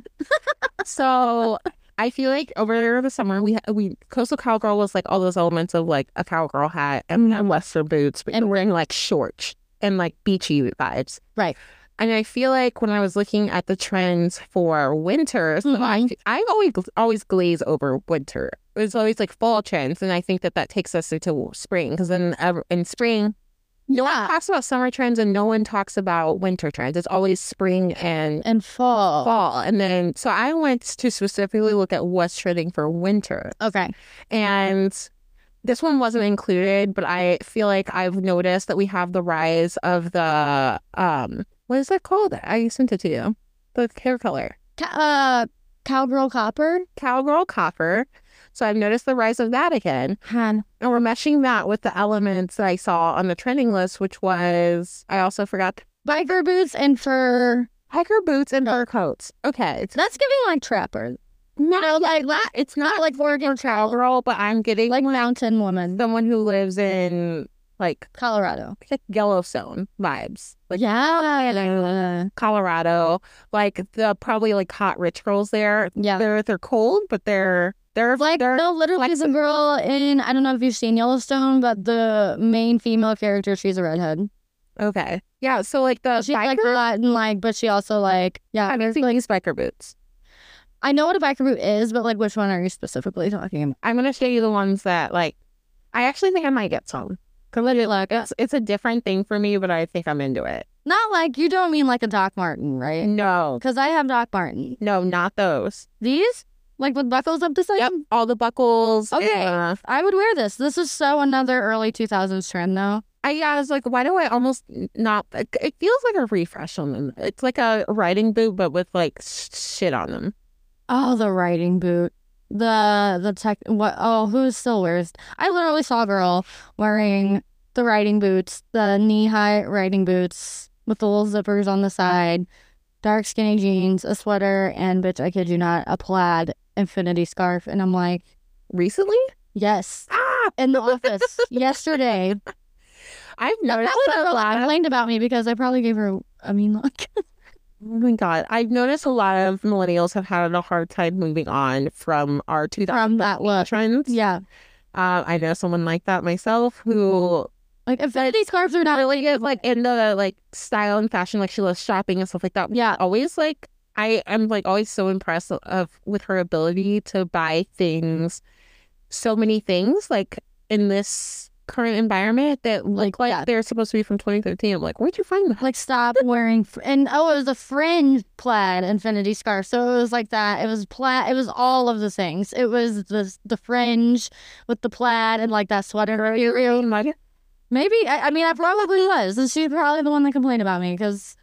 Speaker 2: so I feel like over the summer we we coastal cowgirl was like all those elements of like a cowgirl hat and then western boots but and wearing like shorts and like beachy vibes.
Speaker 1: Right.
Speaker 2: And I feel like when I was looking at the trends for winter, so I, I always always glaze over winter. It's always like fall trends, and I think that that takes us into spring because then ev- in spring no one
Speaker 1: Yeah.
Speaker 2: talks about summer trends and no one talks about winter trends. It's always spring and
Speaker 1: And fall.
Speaker 2: fall. And then, so I went to specifically look at what's trending for winter.
Speaker 1: Okay.
Speaker 2: And this one wasn't included, but I feel like I've noticed that we have the rise of the, um, what is that called? I sent it to you. The hair color.
Speaker 1: Ca- uh cowgirl copper.
Speaker 2: Cowgirl copper. So I've noticed the rise of that again.
Speaker 1: Han.
Speaker 2: And we're meshing that with the elements that I saw on the trending list, which was I also forgot
Speaker 1: Biker boots and fur.
Speaker 2: hiker boots and fur coats. Okay, it's
Speaker 1: That's giving like trapper.
Speaker 2: not like that. It's not like Oregon cowgirl, but I'm getting
Speaker 1: Like
Speaker 2: like
Speaker 1: mountain woman.
Speaker 2: someone who lives in like
Speaker 1: Colorado.
Speaker 2: like Yellowstone vibes, like
Speaker 1: Yeah.
Speaker 2: Colorado, like the probably like hot rich girls there.
Speaker 1: Yeah.
Speaker 2: They're they're cold, but they're they're
Speaker 1: Like
Speaker 2: they're
Speaker 1: no, literally, there's a girl in I don't know if you've seen Yellowstone, but the main female character, she's a redhead.
Speaker 2: okay. Yeah, so like the
Speaker 1: She like
Speaker 2: biker-
Speaker 1: hot and like, but she also like yeah.
Speaker 2: I'm gonna like spiker boots.
Speaker 1: I know what a biker boot is, but like, which one are you specifically talking about?
Speaker 2: I'm gonna show you the ones that like. I actually think I might get some. Cause literally, like it's, it's a different thing for me, but I think I'm into it.
Speaker 1: uh, Not like you don't mean like a Doc Martin,
Speaker 2: Mm.
Speaker 1: right?
Speaker 2: No,
Speaker 1: Because I have Doc Martin.
Speaker 2: no, not those.
Speaker 1: These like with buckles up the side.
Speaker 2: Yep, all the buckles.
Speaker 1: Oh, Okay.
Speaker 2: uh,
Speaker 1: I would wear this. This is so another early 2000s trend though.
Speaker 2: I, yeah, I was like, why do I almost not? It, it feels like a refresh on them. It's like a riding boot, but with like sh- shit on them.
Speaker 1: Oh, the riding boot. The the tech what oh who still wears I literally saw a girl wearing the riding boots, the knee high riding boots with the little zippers on the side, dark skinny jeans, a sweater, and bitch, I kid you not, a plaid infinity scarf. And I'm like,
Speaker 2: Recently?
Speaker 1: yes,
Speaker 2: Ah!
Speaker 1: in the office yesterday.
Speaker 2: I've
Speaker 1: No,
Speaker 2: noticed
Speaker 1: that's what
Speaker 2: that a
Speaker 1: Ella
Speaker 2: lot. Of,
Speaker 1: complained about me because I probably gave her a mean look.
Speaker 2: oh my god, I've noticed a lot of millennials have had a hard time moving on from our 2000
Speaker 1: from that look.
Speaker 2: trends.
Speaker 1: Yeah.
Speaker 2: Uh, I know someone like that myself who
Speaker 1: Like infinity scarves are not really good.
Speaker 2: like in the like style and fashion, like she loves shopping and stuff like that.
Speaker 1: Yeah.
Speaker 2: Always like I am like always so impressed of with her ability to buy things, so many things like in this current environment that
Speaker 1: Like
Speaker 2: look like
Speaker 1: that.
Speaker 2: they're supposed to be from 2013. I'm like, where'd you find that?
Speaker 1: Like stop wearing fr- and oh, it was a fringe plaid infinity scarf. So it was like that. It was plaid. It was all of the things. It was the the fringe with the plaid and like that sweater. you- you-
Speaker 2: I'm like,
Speaker 1: Maybe I, I mean I probably was, and she's probably the one that complained about me because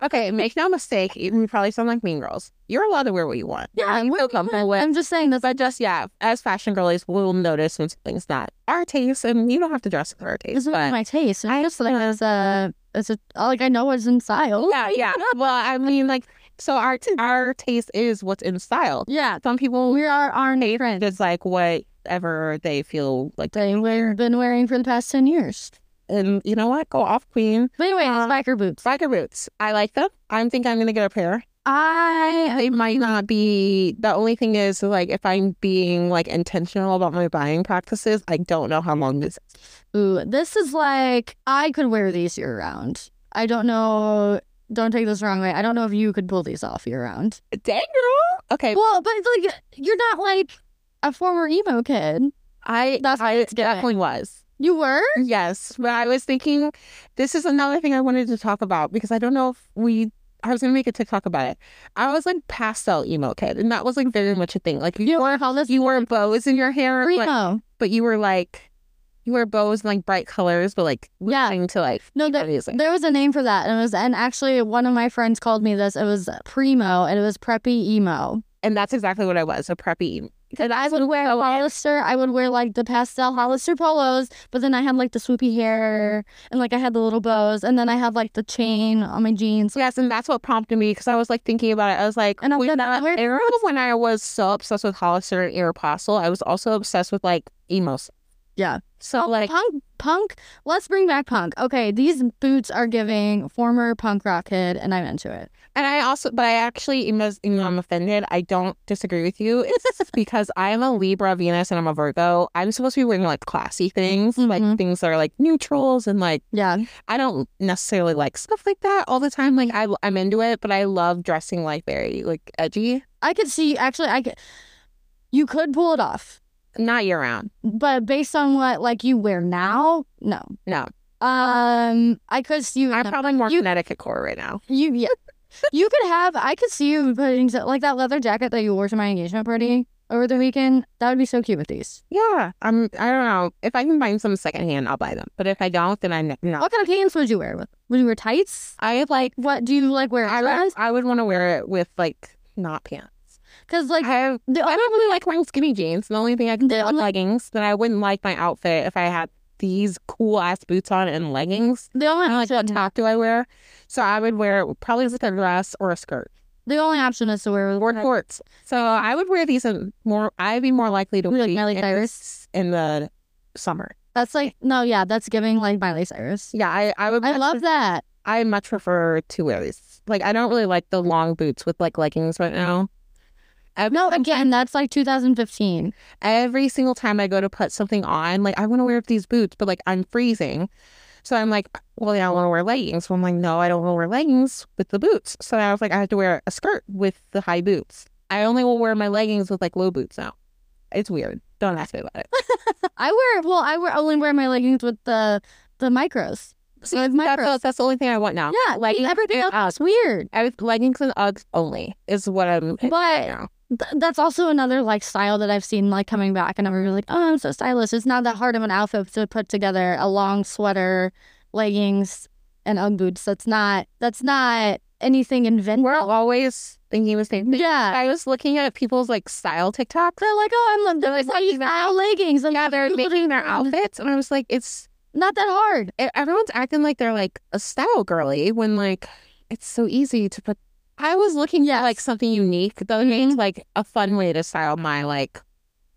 Speaker 2: okay, make no mistake, you probably sound like Mean Girls. You're allowed to wear what you want.
Speaker 1: yeah, I'm,
Speaker 2: Feel comfortable with.
Speaker 1: I'm just saying that's
Speaker 2: But just yeah, as fashion girlies, we'll notice when something's not our taste, and you don't have to dress with our
Speaker 1: this
Speaker 2: taste.
Speaker 1: is
Speaker 2: But
Speaker 1: my taste. I just like it's a it's a like I know what's in style.
Speaker 2: yeah, "Oh, yeah. Well, I mean, like, so our our taste is what's in style.
Speaker 1: yeah.
Speaker 2: Some people
Speaker 1: We are our
Speaker 2: different. It's like whatever they feel like,
Speaker 1: they wear been wearing for the past ten years.
Speaker 2: and you know what? Go off queen.
Speaker 1: But anyway,
Speaker 2: Uh,
Speaker 1: biker boots.
Speaker 2: Biker boots. I like them. I think I'm gonna get a pair.
Speaker 1: I
Speaker 2: It might not be the only thing is like if I'm being like intentional about my buying practices, I don't know how long this is.
Speaker 1: Ooh, this is like I could wear these year round. I don't know. Don't take this the wrong way. I don't know if you could pull these off year round.
Speaker 2: Dang girl. Okay.
Speaker 1: Well, but like you're not like a former emo kid.
Speaker 2: I
Speaker 1: That's what
Speaker 2: I
Speaker 1: it's giving.
Speaker 2: definitely was.
Speaker 1: You were.
Speaker 2: Yes, but I was thinking this is another thing I wanted to talk about because I don't know if we I was gonna make a TikTok about it. I was like pastel emo kid, and that was like very much a thing. Like you wore all this, you wore bows in your hair,
Speaker 1: Emo.
Speaker 2: but, but you were like you wore bows in like bright colors, but like
Speaker 1: Yeah.
Speaker 2: listening to like
Speaker 1: No, there,
Speaker 2: amazing.
Speaker 1: there was a name for that, and it was. And actually, one of my friends called me this. It was primo, and it was preppy emo.
Speaker 2: and that's exactly what I was a preppy. emo.
Speaker 1: Because I would wear Hollister. I would wear like the pastel Hollister polos, but then I had like the swoopy hair, and like I had the little bows, and then I had like the chain on my jeans.
Speaker 2: So yes, and that's what prompted me because I was like thinking about it. I was like,
Speaker 1: And I'm
Speaker 2: we-
Speaker 1: gonna wear-
Speaker 2: era when I was so obsessed with Hollister and Aeropostale, I was also obsessed with like emo. stuff.
Speaker 1: Yeah.
Speaker 2: So like
Speaker 1: punk punk let's bring back punk okay these boots are giving former punk rock kid and i'm into it
Speaker 2: And I also, but I actually, even as- even though I'm offended, I don't disagree with you. It's because I am a Libra Venus and I'm a Virgo. I'm supposed to be wearing like classy things,
Speaker 1: Mhm.
Speaker 2: like things that are like neutrals and like
Speaker 1: yeah
Speaker 2: I don't necessarily like stuff like that all the time. Like I, I'm into it, but I love dressing like very like edgy,
Speaker 1: i could see actually i could you could pull it off
Speaker 2: not year round.
Speaker 1: but based on what like you wear now no
Speaker 2: No,
Speaker 1: um i could see you
Speaker 2: I'm probably more
Speaker 1: You-
Speaker 2: Connecticut core right now.
Speaker 1: you yeah you could have i could see you putting so- like that leather jacket that you wore to my engagement party over the weekend that would be so cute with these
Speaker 2: Yeah, I'm. I don't know if I can find some secondhand, I'll buy them. But if I don't, then I'm not.
Speaker 1: what kind of pants would you wear with would you wear tights
Speaker 2: I like.
Speaker 1: what do you like wear
Speaker 2: I would, I would want to wear it with like not pants.
Speaker 1: because like
Speaker 2: I have
Speaker 1: the
Speaker 2: I don't really like wearing skinny jeans. The only thing I can do
Speaker 1: They're
Speaker 2: is leggings. Then I wouldn't like my outfit if I had these cool ass boots on and leggings.
Speaker 1: the only
Speaker 2: I don't like what top do I wear? So I would wear probably just like a dress or a skirt
Speaker 1: The only option is to wear
Speaker 2: or shorts. So I would wear these in more. I'd be more likely to
Speaker 1: Really
Speaker 2: wear
Speaker 1: Miley
Speaker 2: these
Speaker 1: Cyrus?
Speaker 2: in the summer.
Speaker 1: That's like no, yeah, that's giving like Miley Cyrus.
Speaker 2: Yeah, I I would.
Speaker 1: I love that.
Speaker 2: I much prefer to wear these. Like I don't really like the long boots with like leggings right now. I've-
Speaker 1: No, again, that's like 2015.
Speaker 2: every single time I go to put something on, like I want to wear these boots, but like I'm freezing. So I'm like, well, yeah, I want to wear leggings. So I'm like, no, I don't want to wear leggings with the boots. So I was like, I have to wear a skirt with the high boots. I only will wear my leggings with like low boots now. It's weird. Don't ask me about it.
Speaker 1: I wear well, I wear only wear my leggings with the the micros. So it's
Speaker 2: That's,
Speaker 1: micros.
Speaker 2: the- that's the only thing I want now.
Speaker 1: Yeah, like
Speaker 2: leggings
Speaker 1: everything
Speaker 2: and
Speaker 1: else is weird.
Speaker 2: I was leggings and Uggs only is what I'm.
Speaker 1: But
Speaker 2: now.
Speaker 1: th- that's also another like style that I've seen like coming back, and I'm really like, oh, I'm so stylish. It's not that hard of an outfit to put together: a long sweater, leggings, and UGG boots. That's not that's not anything invented.
Speaker 2: We're always thinking the same thing.
Speaker 1: yeah,
Speaker 2: I was looking at people's like style TikTok
Speaker 1: They're like, oh, I'm doing
Speaker 2: It's like
Speaker 1: these
Speaker 2: that.
Speaker 1: leggings. I'm
Speaker 2: yeah, they're making their outfits, and I was like, it's
Speaker 1: not that hard.
Speaker 2: E- Everyone's acting like they're like a style girly when like it's so easy to put. Mm-hmm. I was looking at like something unique though, it's like a fun way to style my like.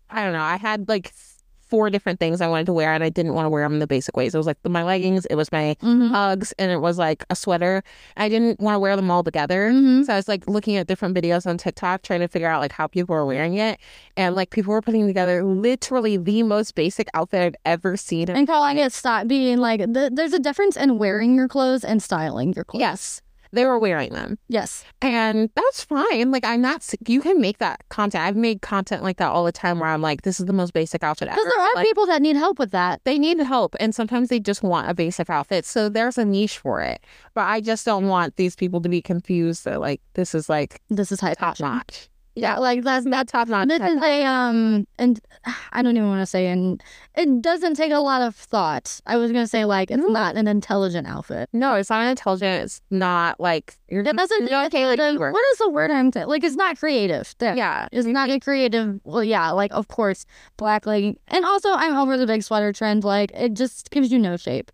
Speaker 2: I don't know. I had like four different things I wanted to wear, and I didn't want to wear them the basic ways. It was like my leggings, it was my
Speaker 1: Mm-hmm.
Speaker 2: hugs, and it was like a sweater. I didn't want to wear them all together.
Speaker 1: Mm-hmm.
Speaker 2: So I was like looking at different videos on TikTok, trying to figure out like how people were wearing it, and like people were putting together literally the most basic outfit I've ever seen.
Speaker 1: And calling it stop being like th- there's a difference in wearing your clothes and styling your clothes.
Speaker 2: yes, they were wearing them,
Speaker 1: Yes.
Speaker 2: and that's fine. Like I'm not. s- You can make that content. I've made content like that all the time, where I'm like, this is the most basic outfit ever.
Speaker 1: Because there are
Speaker 2: Like,
Speaker 1: people that need help with that.
Speaker 2: they need help, and sometimes they just want a basic outfit. So there's a niche for it, but I just don't want these people to be confused that like this is like
Speaker 1: This is high
Speaker 2: top
Speaker 1: fashion.
Speaker 2: notch.
Speaker 1: Yeah, like that's
Speaker 2: Not top notch.
Speaker 1: This is a um, and I don't even want to say, and it doesn't take a lot of thought. I was gonna say like
Speaker 2: Mm-hmm.
Speaker 1: it's not an intelligent outfit.
Speaker 2: No, it's not intelligent. It's not like Mm-hmm. you're
Speaker 1: It doesn't.
Speaker 2: okay, like,
Speaker 1: the-
Speaker 2: you were.
Speaker 1: what is the word I'm saying? Like it's not creative. There.
Speaker 2: Yeah.
Speaker 1: It's not a creative. Well, yeah, like of course, black legging, and also I'm over the big sweater trend. Like it just gives you no shape.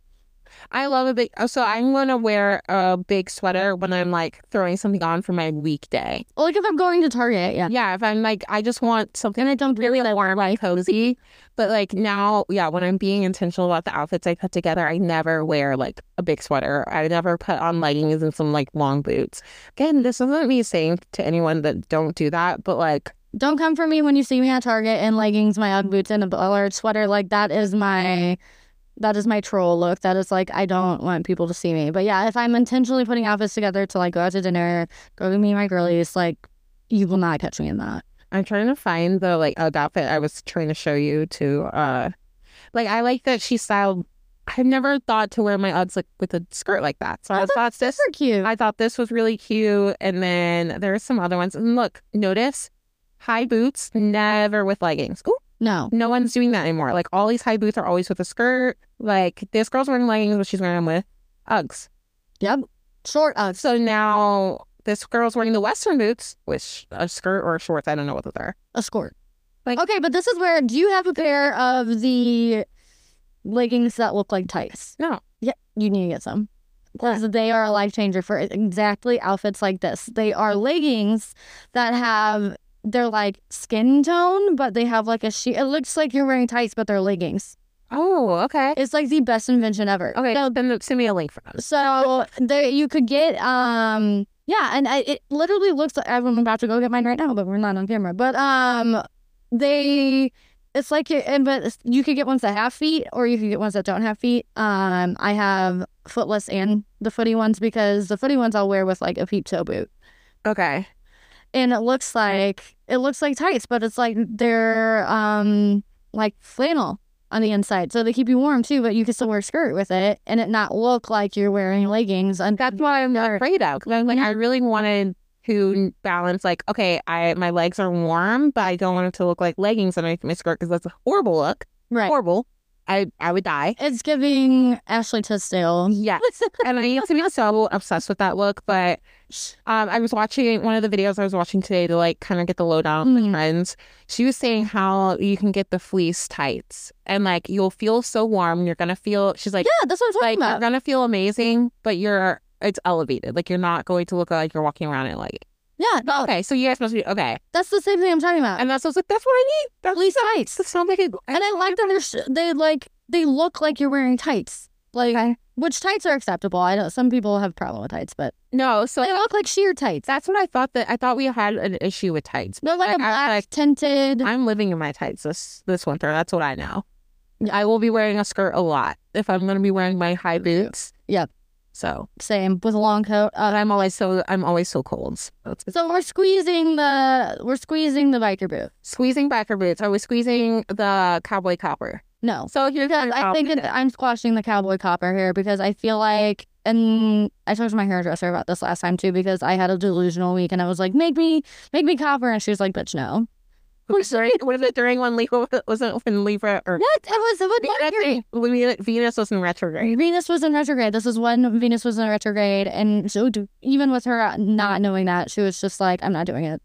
Speaker 2: I love a big oh, so I'm gonna wear a big sweater when I'm like throwing something on for my weekday.
Speaker 1: Like if I'm going to Target, yeah,
Speaker 2: Yeah, if I'm like I just want something I don't really like warm like cozy. But like now, yeah, when I'm being intentional about the outfits I put together, I never wear like a big sweater. I never put on leggings and some like long boots. Again, this isn't me saying to anyone that don't do that, but like
Speaker 1: don't come for me when you see me at Target in leggings, my UGG boots, and a large sweater. Like that is my that is my troll look. That is like I don't want people to see me. But yeah, if I'm intentionally putting outfits together to like go out to dinner, go to meet my girlies, like you will not catch me in that.
Speaker 2: I'm trying to find the like uh, the outfit I was trying to show you to uh like I like that she styled I've never thought to wear my Uggs like with a skirt like that. So I
Speaker 1: Oh,
Speaker 2: thought this
Speaker 1: Super cute.
Speaker 2: I thought this was really cute and then there are some other ones. And look, notice high boots never with leggings. Ooh,
Speaker 1: no,
Speaker 2: no one's doing that anymore. Like all these high boots are always with a skirt. Like this girl's wearing leggings but she's wearing them with Uggs.
Speaker 1: yep, short of
Speaker 2: So now this girl's wearing the western boots, which a skirt or shorts, I don't know what those are.
Speaker 1: a skirt.
Speaker 2: Like-
Speaker 1: okay, but this is where do you have a pair of the leggings that look like tights?
Speaker 2: No.
Speaker 1: Yeah, you need to get some. Because they are a life changer for exactly outfits like this. They are leggings that have they're like skin tone, but they have like a she. It looks like you're wearing tights, but they're leggings.
Speaker 2: Oh, okay.
Speaker 1: It's like the best invention ever.
Speaker 2: Okay,
Speaker 1: So
Speaker 2: so then send me a link for those.
Speaker 1: so there you could get um yeah, and I, it literally looks like I'm about to go get mine right now, but we're not on camera. But um they it's like it- and but you could get ones that have feet or you could get ones that don't have feet. Um I have footless and the footy ones because the footy ones I'll wear with like a peep toe boot.
Speaker 2: Okay.
Speaker 1: And it looks like it looks like tights, but it's like they're um like flannel on the inside. So they keep you warm too, but you can still wear a skirt with it and it not look like you're wearing leggings and
Speaker 2: That's why I'm not afraid of. 'cause I'm like,
Speaker 1: Yeah.
Speaker 2: I really wanted to balance, like, okay, I my legs are warm, but I don't want it to look like leggings underneath my skirt because that's a horrible look.
Speaker 1: Right.
Speaker 2: Horrible. I, I would die.
Speaker 1: It's giving Ashley Tisdale.
Speaker 2: Yes. and I used to be so obsessed with that look, but um, I was watching one of the videos I was watching today to like kind of get the lowdown on my
Speaker 1: Mhm.
Speaker 2: friends. She was saying how you can get the fleece tights and like you'll feel so warm. You're going to feel, she's like,
Speaker 1: Yeah, that's what I'm
Speaker 2: like uh,
Speaker 1: talking
Speaker 2: you're
Speaker 1: about.
Speaker 2: gonna feel amazing, but you're it's elevated. Like you're not going to look like you're walking around in like
Speaker 1: Yeah, no,
Speaker 2: okay, so you guys must be okay.
Speaker 1: that's the same thing I'm talking about.
Speaker 2: And that's I was like, that's what I need. That's
Speaker 1: Police
Speaker 2: that-
Speaker 1: tights.
Speaker 2: That sounds like a I-
Speaker 1: And I like that they're sh- they like they look like you're wearing tights, like which tights are acceptable. I know some people have problem with tights, but
Speaker 2: no. So
Speaker 1: they look like sheer tights.
Speaker 2: that's what I thought that I thought we had an issue with tights.
Speaker 1: They're like a
Speaker 2: I- I-
Speaker 1: black tinted.
Speaker 2: I'm living in my tights this this winter. That's what I know.
Speaker 1: Yeah.
Speaker 2: I will be wearing a skirt a lot if I'm gonna be wearing my high boots.
Speaker 1: Yep.
Speaker 2: So,
Speaker 1: Same with a long coat.
Speaker 2: but
Speaker 1: Uh,
Speaker 2: I'm always so I'm always so cold. So it's-
Speaker 1: so we're squeezing the we're squeezing the biker boot.
Speaker 2: squeezing biker boots. Are we squeezing the cowboy copper?
Speaker 1: No,
Speaker 2: So here's
Speaker 1: because I think that I'm squashing the cowboy copper here because I feel like, and I talked to my hairdresser about this last time too because I had a delusional week and I was like, make me, make me copper, and she was like, bitch, no.
Speaker 2: Who's Oh, sorry? Was it during when Libra was it when Libra or
Speaker 1: What? It was it was
Speaker 2: Venus,
Speaker 1: Mercury.
Speaker 2: Venus- Venus was in retrograde?
Speaker 1: Venus was in retrograde. This is when Venus was in retrograde, and so d- even with her not knowing that, she was just like, "I'm not doing it.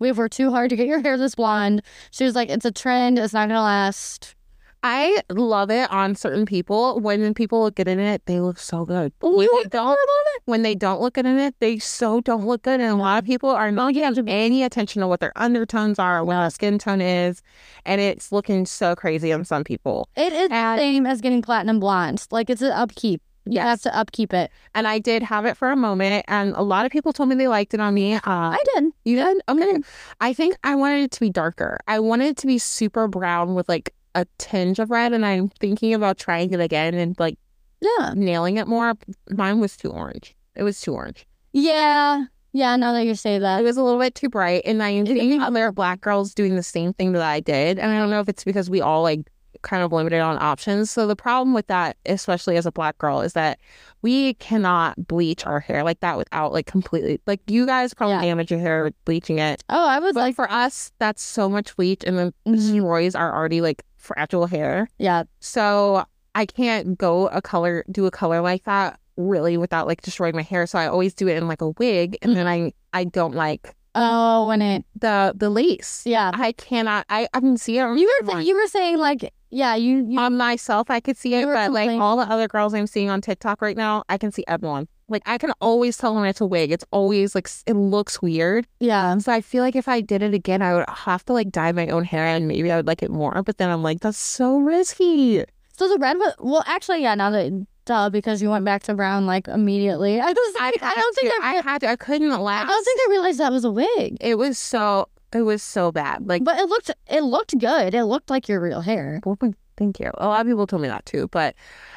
Speaker 1: We were too hard to get your hair this blonde." She was like, "It's a trend. It's not gonna last."
Speaker 2: I love it on certain people. When people look good in it, they look so good.
Speaker 1: We
Speaker 2: When they don't when they don't look good in it, they so don't look good. And a lot of people are not giving any attention to what their undertones are, what their skin tone is, and it's looking so crazy on some people.
Speaker 1: It is the
Speaker 2: And-
Speaker 1: same as getting platinum blonde. Like it's an upkeep. You have to upkeep it.
Speaker 2: And I did have it for a moment, and a lot of people told me they liked it on me. Uh,
Speaker 1: I did.
Speaker 2: You did? Okay. Mm-hmm. I think I wanted it to be darker. I wanted it to be super brown with like a tinge of red, and I'm thinking about trying it again and like
Speaker 1: Yeah.
Speaker 2: nailing it more. Mine was too orange. It was too orange.
Speaker 1: Yeah. Yeah. Now that you say
Speaker 2: It
Speaker 1: that.
Speaker 2: was a little bit too bright, and I'm thinking there are black girls doing the same thing that I did, and I don't know if it's because we all like kind of limited on options. So the problem with that, especially as a black girl, is that we cannot bleach our hair like that without like completely like you guys probably
Speaker 1: Yeah.
Speaker 2: damage your hair with bleaching it.
Speaker 1: Oh, I was
Speaker 2: But like
Speaker 1: like,
Speaker 2: for us, that's so much bleach and then
Speaker 1: mhm,
Speaker 2: destroys our already like fragile hair.
Speaker 1: yeah.
Speaker 2: So I can't go a color, do a color like that really without like destroying my hair. So I always do it in like a wig, and then
Speaker 1: Mm-hmm.
Speaker 2: I I don't like
Speaker 1: Oh, when it.
Speaker 2: the the lace.
Speaker 1: Yeah.
Speaker 2: I cannot. I I can see it. on
Speaker 1: You were
Speaker 2: everyone.
Speaker 1: you were saying like yeah you you
Speaker 2: on myself, I could see it,
Speaker 1: You were
Speaker 2: but like
Speaker 1: complaining-
Speaker 2: all the other girls I'm seeing on TikTok right now, I can see everyone. Like I can always tell when it's a wig. It's always like s- it looks weird.
Speaker 1: yeah
Speaker 2: So I feel like if I did it again, I would have to like dye my own hair and maybe I would like it more. But then I'm like, that's so risky.
Speaker 1: so the red was well actually yeah now that duh because you went back to brown like immediately I was
Speaker 2: I,
Speaker 1: like, I,
Speaker 2: had
Speaker 1: don't think
Speaker 2: to-
Speaker 1: I,
Speaker 2: I had to. I couldn't
Speaker 1: I
Speaker 2: laugh.
Speaker 1: don't think I realized that was a wig
Speaker 2: it was so. It was so bad. Like,
Speaker 1: but it looked it looked good it looked like your real hair
Speaker 2: well, thank you. A lot of people told me that too. But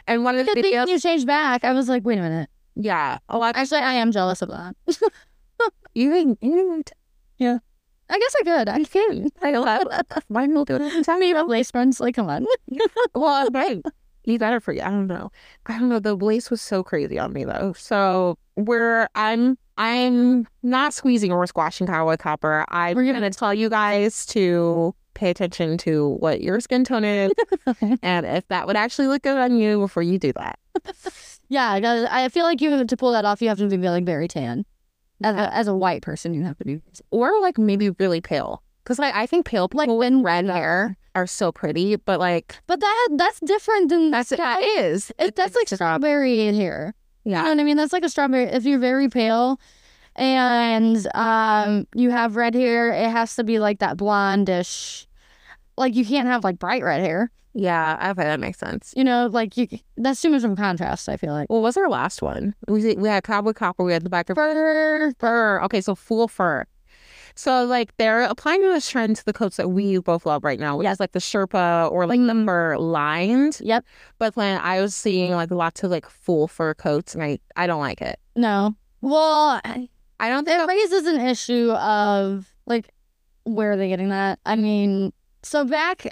Speaker 2: and one of the
Speaker 1: Good thing
Speaker 2: videos,
Speaker 1: you changed back I was like wait a minute
Speaker 2: yeah, a lot.
Speaker 1: actually I am jealous of that
Speaker 2: You can, you can,
Speaker 1: I guess I could I
Speaker 2: you can. I love. Mine will do it.
Speaker 1: tell me about lace fronts like come on
Speaker 2: Well, right. Be better for you. I don't know. I don't know. The lace was so crazy on me though. So we're I'm I'm not squeezing or squashing cowboy copper. I'm
Speaker 1: We're
Speaker 2: we're
Speaker 1: gonna-
Speaker 2: gonna tell you guys to pay attention to what your skin tone is and if that would actually look good on you before you do that.
Speaker 1: yeah I gotta- I feel like you have to pull that off you have to be like very tan as a, as a white person you have to be
Speaker 2: Or like maybe really pale. Because like I think pale
Speaker 1: Like
Speaker 2: people in red hair are so pretty, but like
Speaker 1: but that that's different than
Speaker 2: that's it is.
Speaker 1: It, that's like
Speaker 2: It's-
Speaker 1: strawberry in here. You know
Speaker 2: yeah.
Speaker 1: what I mean? That's like a strawberry. If you're very pale and um you have red hair, it has to be like that blondish. Like you can't have like bright red hair.
Speaker 2: Yeah, okay, that makes sense.
Speaker 1: You know, like you that's too much of a contrast, I feel like.
Speaker 2: What was our last one? We did- we had cowboy copper. We had the back of fur, fur. Okay, so full fur. So like they're applying this trend to the coats that we both love right now, which is like the Sherpa or like the fur lined.
Speaker 1: Yep.
Speaker 2: But then I was seeing like lots of like full fur coats, and I I don't like it.
Speaker 1: No. Well, I-
Speaker 2: I don't
Speaker 1: it
Speaker 2: think.
Speaker 1: raises an issue of like where are they getting that? I mean, so back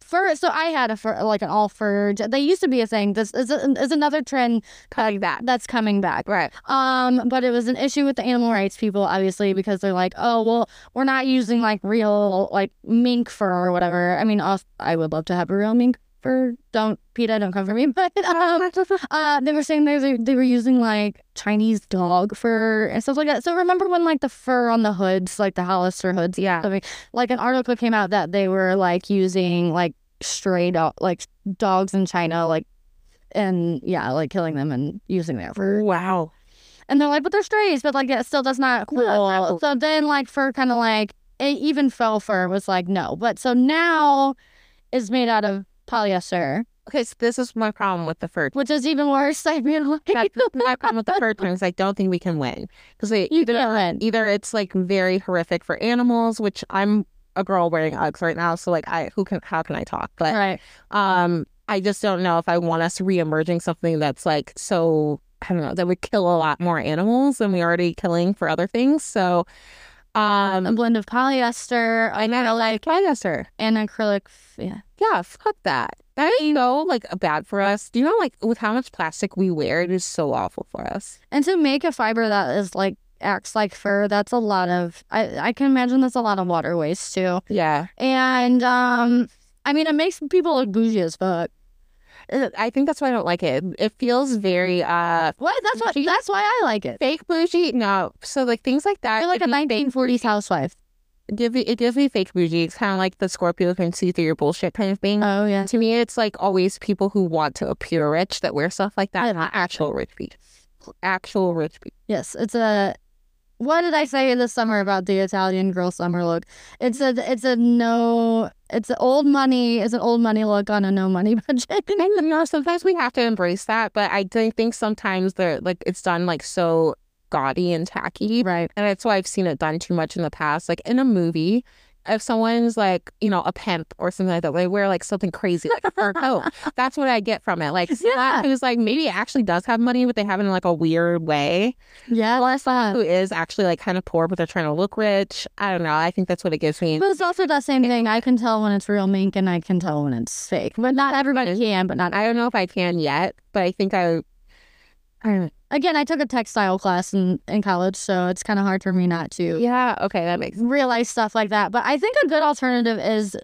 Speaker 1: fur. So I had a fur, like an all fur. They used to be a thing. This is, uh, is another trend
Speaker 2: Cutting that.
Speaker 1: that's coming back.
Speaker 2: Right.
Speaker 1: Um, but it was an issue with the animal rights people, obviously, because they're like, oh, well, we're not using like real like mink fur or whatever. I mean, i I would love to have a real mink fur. Don't, PETA, don't come for me. But um, uh, they were saying they were, they were using like Chinese dog fur and stuff like that. So remember when like the fur on the hoods, like the Hollister hoods,
Speaker 2: Yeah.
Speaker 1: like an article came out that they were like using like stray dog, like dogs in China, like, and yeah, like killing them and using their fur.
Speaker 2: Wow.
Speaker 1: And they're like, but they're strays, but like, it still that's not cool.
Speaker 2: Cool.
Speaker 1: So then, like, fur kind of like, it even fell fur was like, no. But so now is made out of polyester,
Speaker 2: Okay, so this is my problem with the fur.
Speaker 1: which is even worse. I mean, like,
Speaker 2: That's my problem with the fur trend is I don't think we can win because they
Speaker 1: you
Speaker 2: either
Speaker 1: can't.
Speaker 2: either it's like very horrific for animals, which I'm a girl wearing Uggs right now, so like I who can how can I talk? But
Speaker 1: Right.
Speaker 2: um, I just don't know if I want us reemerging something that's like so I don't know that would kill a lot more animals than we already killing for other things. So
Speaker 1: A
Speaker 2: um,
Speaker 1: blend of polyester
Speaker 2: I know like polyester.
Speaker 1: and acrylic. f- Yeah.
Speaker 2: Yeah, fuck that. That is so like bad for us. Do you know like with how much plastic we wear, it is so awful for us.
Speaker 1: And to make a fiber that is like, acts like fur, that's a lot of, I, I can imagine that's a lot of water waste too.
Speaker 2: Yeah,
Speaker 1: And, um, I mean, it makes people look bougie as fuck.
Speaker 2: Uh, I think that's why I don't like it. It feels very uh
Speaker 1: What? That's what.
Speaker 2: Bougie.
Speaker 1: That's why I like it.
Speaker 2: fake bougie. No, so like things like that.
Speaker 1: You're like a 1940s housewife.
Speaker 2: It gives me, it gives me fake bougie. It's kind of like the Scorpio can see through your bullshit kind of thing.
Speaker 1: Oh yeah.
Speaker 2: to me, it's like always people who want to appear rich that wear stuff like
Speaker 1: I
Speaker 2: that.
Speaker 1: like
Speaker 2: Not actual rich people. Actual rich people.
Speaker 1: Yes, it's a. What did I say this summer about the Italian girl summer look? It's a it's a no. It's an old money. It's an old money look on a no money budget.
Speaker 2: And you know, sometimes we have to embrace that, but I do think sometimes they're like it's done like so gaudy and tacky.
Speaker 1: right.
Speaker 2: And that's why I've seen it done too much in the past. Like in a movie, if someone's like, you know, a pimp or something like that, they wear like something crazy, like a fur coat. That's what I get from it. Like,
Speaker 1: Yeah.
Speaker 2: yeah. who's like maybe actually does have money, but they have it in like a weird way.
Speaker 1: Yeah, that's that.
Speaker 2: Who is actually like kind of poor, but they're trying to look rich. I don't know. I think that's what it gives me.
Speaker 1: But it's also that same thing. I can tell when it's real mink and I can tell when it's fake. But not everybody can. But not
Speaker 2: I don't know if I can yet, but I think I. I don't
Speaker 1: again. I took a textile class in in college, so it's kind of hard for me not to
Speaker 2: Yeah. Okay. That makes
Speaker 1: realize stuff like that. But I think a good alternative is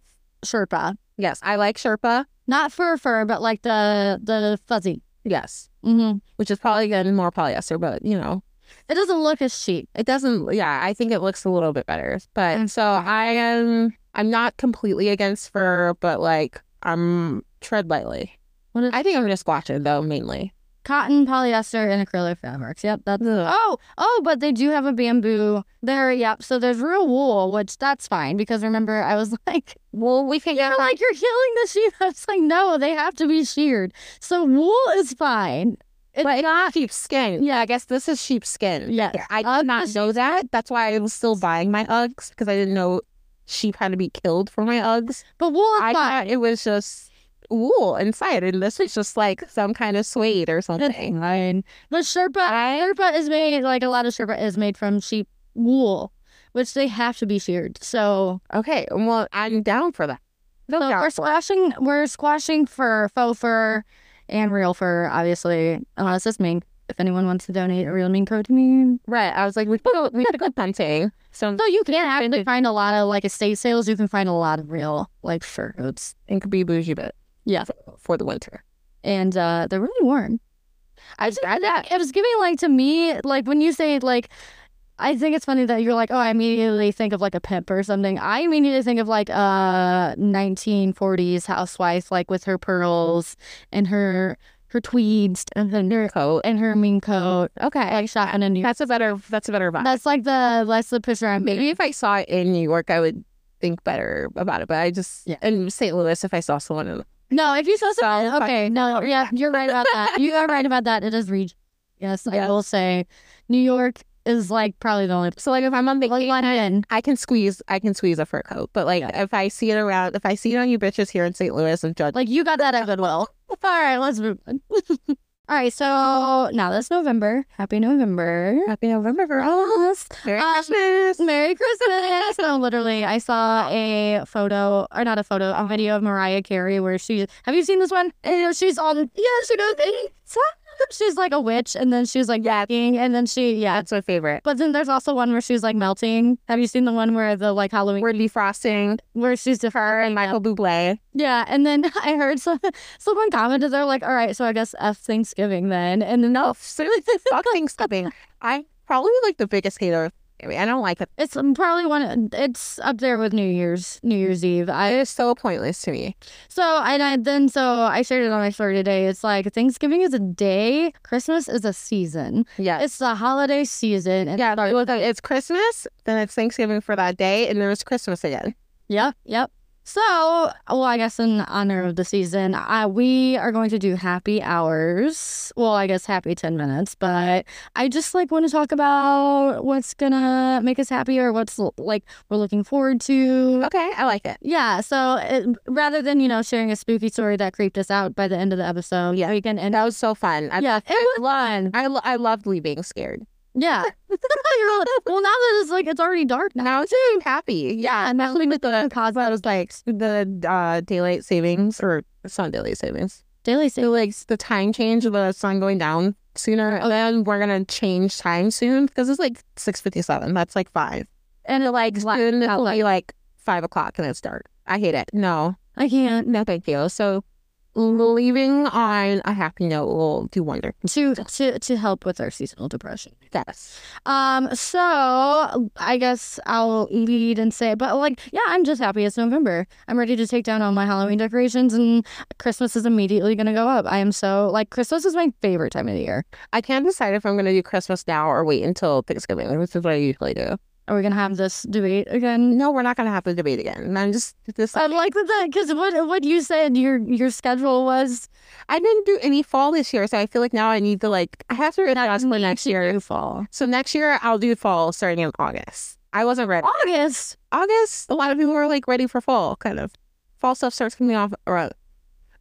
Speaker 1: Sherpa,
Speaker 2: Yes. I like Sherpa.
Speaker 1: not fur fur, but like the the fuzzy.
Speaker 2: Yes.
Speaker 1: hmm
Speaker 2: Which is probably getting more polyester, but you know,
Speaker 1: It doesn't look as chic.
Speaker 2: it doesn't yeah i think it looks a little bit better but
Speaker 1: Mm.
Speaker 2: so i am i'm not completely against fur but like i'm tread lightly
Speaker 1: What is
Speaker 2: i think i'm gonna squash it though mainly
Speaker 1: cotton, polyester, and acrylic fabrics? Yep, that's.
Speaker 2: Ugh.
Speaker 1: Oh, oh, but they do have a bamboo there. Yep. So there's real wool, which that's fine because remember I was like,
Speaker 2: well we can
Speaker 1: you're like you're killing the sheep. I was like, no, they have to be sheared. So wool is fine. It's
Speaker 2: but
Speaker 1: not.
Speaker 2: not sheepskin yeah i guess this is sheepskin
Speaker 1: Yes.
Speaker 2: i
Speaker 1: Ugg
Speaker 2: did not
Speaker 1: is-
Speaker 2: know that that's why i was still buying my uggs because i didn't know sheep had to be killed for my uggs
Speaker 1: But wool is
Speaker 2: i
Speaker 1: fine.
Speaker 2: thought it was just wool inside and this was just like some kind of suede or something
Speaker 1: Fine. The Sherpa, Sherpa is made like a lot of Sherpa is made from sheep wool, which they have to be sheared. So
Speaker 2: okay well i'm down for that no
Speaker 1: So
Speaker 2: doubt.
Speaker 1: we're squashing, we're squashing for faux fur and real fur, obviously, unless it's mink. If anyone wants to donate a real mink coat to me,
Speaker 2: Right. I was like, we could go, we could go hunting. So
Speaker 1: so you can actually find a lot of like estate sales. You can find a lot of real like fur coats,
Speaker 2: it could be bougie, but
Speaker 1: Yeah.
Speaker 2: for, for the winter.
Speaker 1: and uh, they're really warm.
Speaker 2: I just I, that.
Speaker 1: It was giving like to me, like when you say like, I think it's funny that you're like, oh, I immediately think of like a pimp or something. I immediately think of like a 1940s housewife, like with her pearls and her her tweeds and her
Speaker 2: Coat.
Speaker 1: and her mink coat.
Speaker 2: Okay.
Speaker 1: like shot in a New
Speaker 2: That's a better. That's a better vibe.
Speaker 1: That's like the that's the picture I'm
Speaker 2: Maybe
Speaker 1: making.
Speaker 2: if I saw it in New York, I would think better about it. But I just
Speaker 1: Yeah.
Speaker 2: in St. Louis, if I saw someone in
Speaker 1: No, if you saw
Speaker 2: So,
Speaker 1: some,
Speaker 2: fuck-
Speaker 1: okay, no, yeah, you're right about that. You are right about that. It is region. Yes, I
Speaker 2: Yes.
Speaker 1: will say, New York is like probably the only.
Speaker 2: so like if I'm on
Speaker 1: Well, you
Speaker 2: vacation,
Speaker 1: want in?
Speaker 2: I can squeeze. I can squeeze a fur coat. But like if I see it around, if I see it on you bitches here in St. Louis, and judge.
Speaker 1: Like you got that at Goodwill. All right, let's move on. All right, so now that's November. Happy November.
Speaker 2: Happy November, girls. Merry
Speaker 1: Um,
Speaker 2: Christmas.
Speaker 1: Merry Christmas. No, literally, I saw a photo, or not a photo, a video of Mariah Carey where she, have you seen this one? And she's on, yeah, she does it. So- She's like a witch, and then she's like, yeah, and then she, yeah.
Speaker 2: That's my favorite.
Speaker 1: But then there's also one where she's like melting. Have you seen the one where the like Halloween,
Speaker 2: We're defrosting
Speaker 1: where she's
Speaker 2: her
Speaker 1: different?
Speaker 2: and Michael Bublé.
Speaker 1: Yeah, and then I heard some, someone commented, they're like, all right, so I guess F Thanksgiving then. And then no,
Speaker 2: seriously, fuck Thanksgiving. I'm probably like the biggest hater. of Thanksgiving. I don't like it.
Speaker 1: it's um, probably one, it's up there with New Year's, New Year's Eve. I,
Speaker 2: It is so pointless to me.
Speaker 1: So and I then so I shared it on my story today. It's like Thanksgiving is a day, Christmas is a season.
Speaker 2: Yeah,
Speaker 1: It's the holiday season. And
Speaker 2: yeah. Well, then it's Christmas, then it's Thanksgiving for that day, and then it's Christmas again.
Speaker 1: Yep, yep. So, well, I guess in honor of the season, I, we are going to do happy hours. Well, I guess happy 10 minutes, but I just like want to talk about what's gonna make us happy or what's like we're looking forward to.
Speaker 2: Okay, I like it.
Speaker 1: Yeah, so it, rather than, you know, sharing a spooky story that creeped us out by the end of the episode,
Speaker 2: Yeah.
Speaker 1: we can end
Speaker 2: And that was so fun. I,
Speaker 1: yeah, it was fun.
Speaker 2: I, lo- I loved leaving scared.
Speaker 1: Yeah. You're all- well, now that it's like it's already dark now.
Speaker 2: Now I'm so happy. Yeah,
Speaker 1: and that's like the
Speaker 2: because I was like the uh, daylight savings or it's not daylight savings.
Speaker 1: daily sale.
Speaker 2: It like the time change of the sun going down sooner, and then we're gonna change time soon because it's like six fifty seven. That's like five.
Speaker 1: And it like
Speaker 2: Like, soon it'll be like five o'clock and it's dark. I hate it. No,
Speaker 1: I can't.
Speaker 2: no, thank you. So leaving on a happy note will do wonder.
Speaker 1: to to to help with our seasonal depression.
Speaker 2: Yes.
Speaker 1: Um, so I guess I'll lead and say, but like, yeah, I'm just happy it's November. I'm ready to take down all my Halloween decorations, and Christmas is immediately gonna go up. I am so like, Christmas is my favorite time of the year.
Speaker 2: I can't decide if I'm going to do Christmas now or wait until Thanksgiving, which is what I usually do.
Speaker 1: Are we gonna have this debate again?
Speaker 2: No, we're not going to have the debate again. And I'm just this.
Speaker 1: I like that because what what you said your your schedule was
Speaker 2: I didn't do any fall this year, so I feel like now I need to like I have to adjust for next year.
Speaker 1: fall
Speaker 2: So next year I'll do fall starting in August. I wasn't ready.
Speaker 1: August.
Speaker 2: August, a lot of people are like ready for fall, kind of. Fall stuff starts coming off or,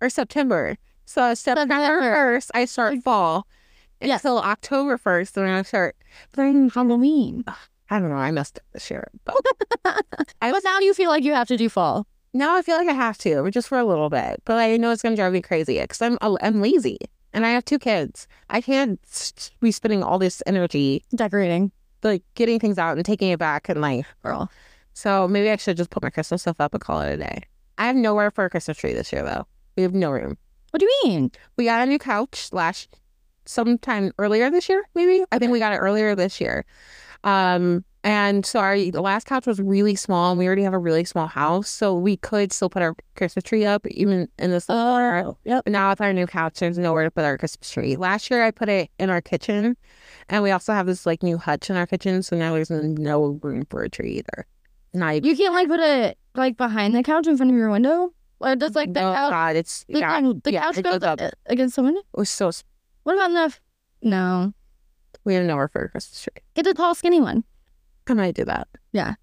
Speaker 2: or September. So September first, I start fall.
Speaker 1: Yes.
Speaker 2: Until October first, then I start.
Speaker 1: During Halloween.
Speaker 2: I don't know. I messed up this year, but
Speaker 1: But now you feel like you have to do fall.
Speaker 2: now I feel like I have to, but just for a little bit. But I know it's gonna drive me crazy because I'm uh, I'm lazy and I have two kids. I can't s- be spending all this energy
Speaker 1: Decorating,
Speaker 2: like getting things out and taking it back and like
Speaker 1: girl.
Speaker 2: So maybe I should just put my Christmas stuff up and call it a day. I have nowhere for a Christmas tree this year though. We have no room.
Speaker 1: What do you mean?
Speaker 2: We got a new couch last sometime earlier this year, maybe. I think we got it earlier this year. Um and so our the last couch was really small and we already have a really small house, so we could still put our Christmas tree up even in this
Speaker 1: Oh, yep.
Speaker 2: but now with our new couch, there's nowhere to put our Christmas tree. Last year, I put it in our kitchen, and we also have this like new hutch in our kitchen. So now there's no room for a tree either. And I
Speaker 1: You can't like put it like behind the couch in front of your window, or does like the
Speaker 2: oh,
Speaker 1: couch
Speaker 2: God, it's
Speaker 1: the,
Speaker 2: yeah,
Speaker 1: um, the
Speaker 2: yeah,
Speaker 1: couch
Speaker 2: it
Speaker 1: goes
Speaker 2: goes up.
Speaker 1: a- against the window.
Speaker 2: It was so s-
Speaker 1: What about the? f- No,
Speaker 2: we have nowhere for a Christmas tree.
Speaker 1: get the tall, skinny one.
Speaker 2: Can I do that?
Speaker 1: Yeah.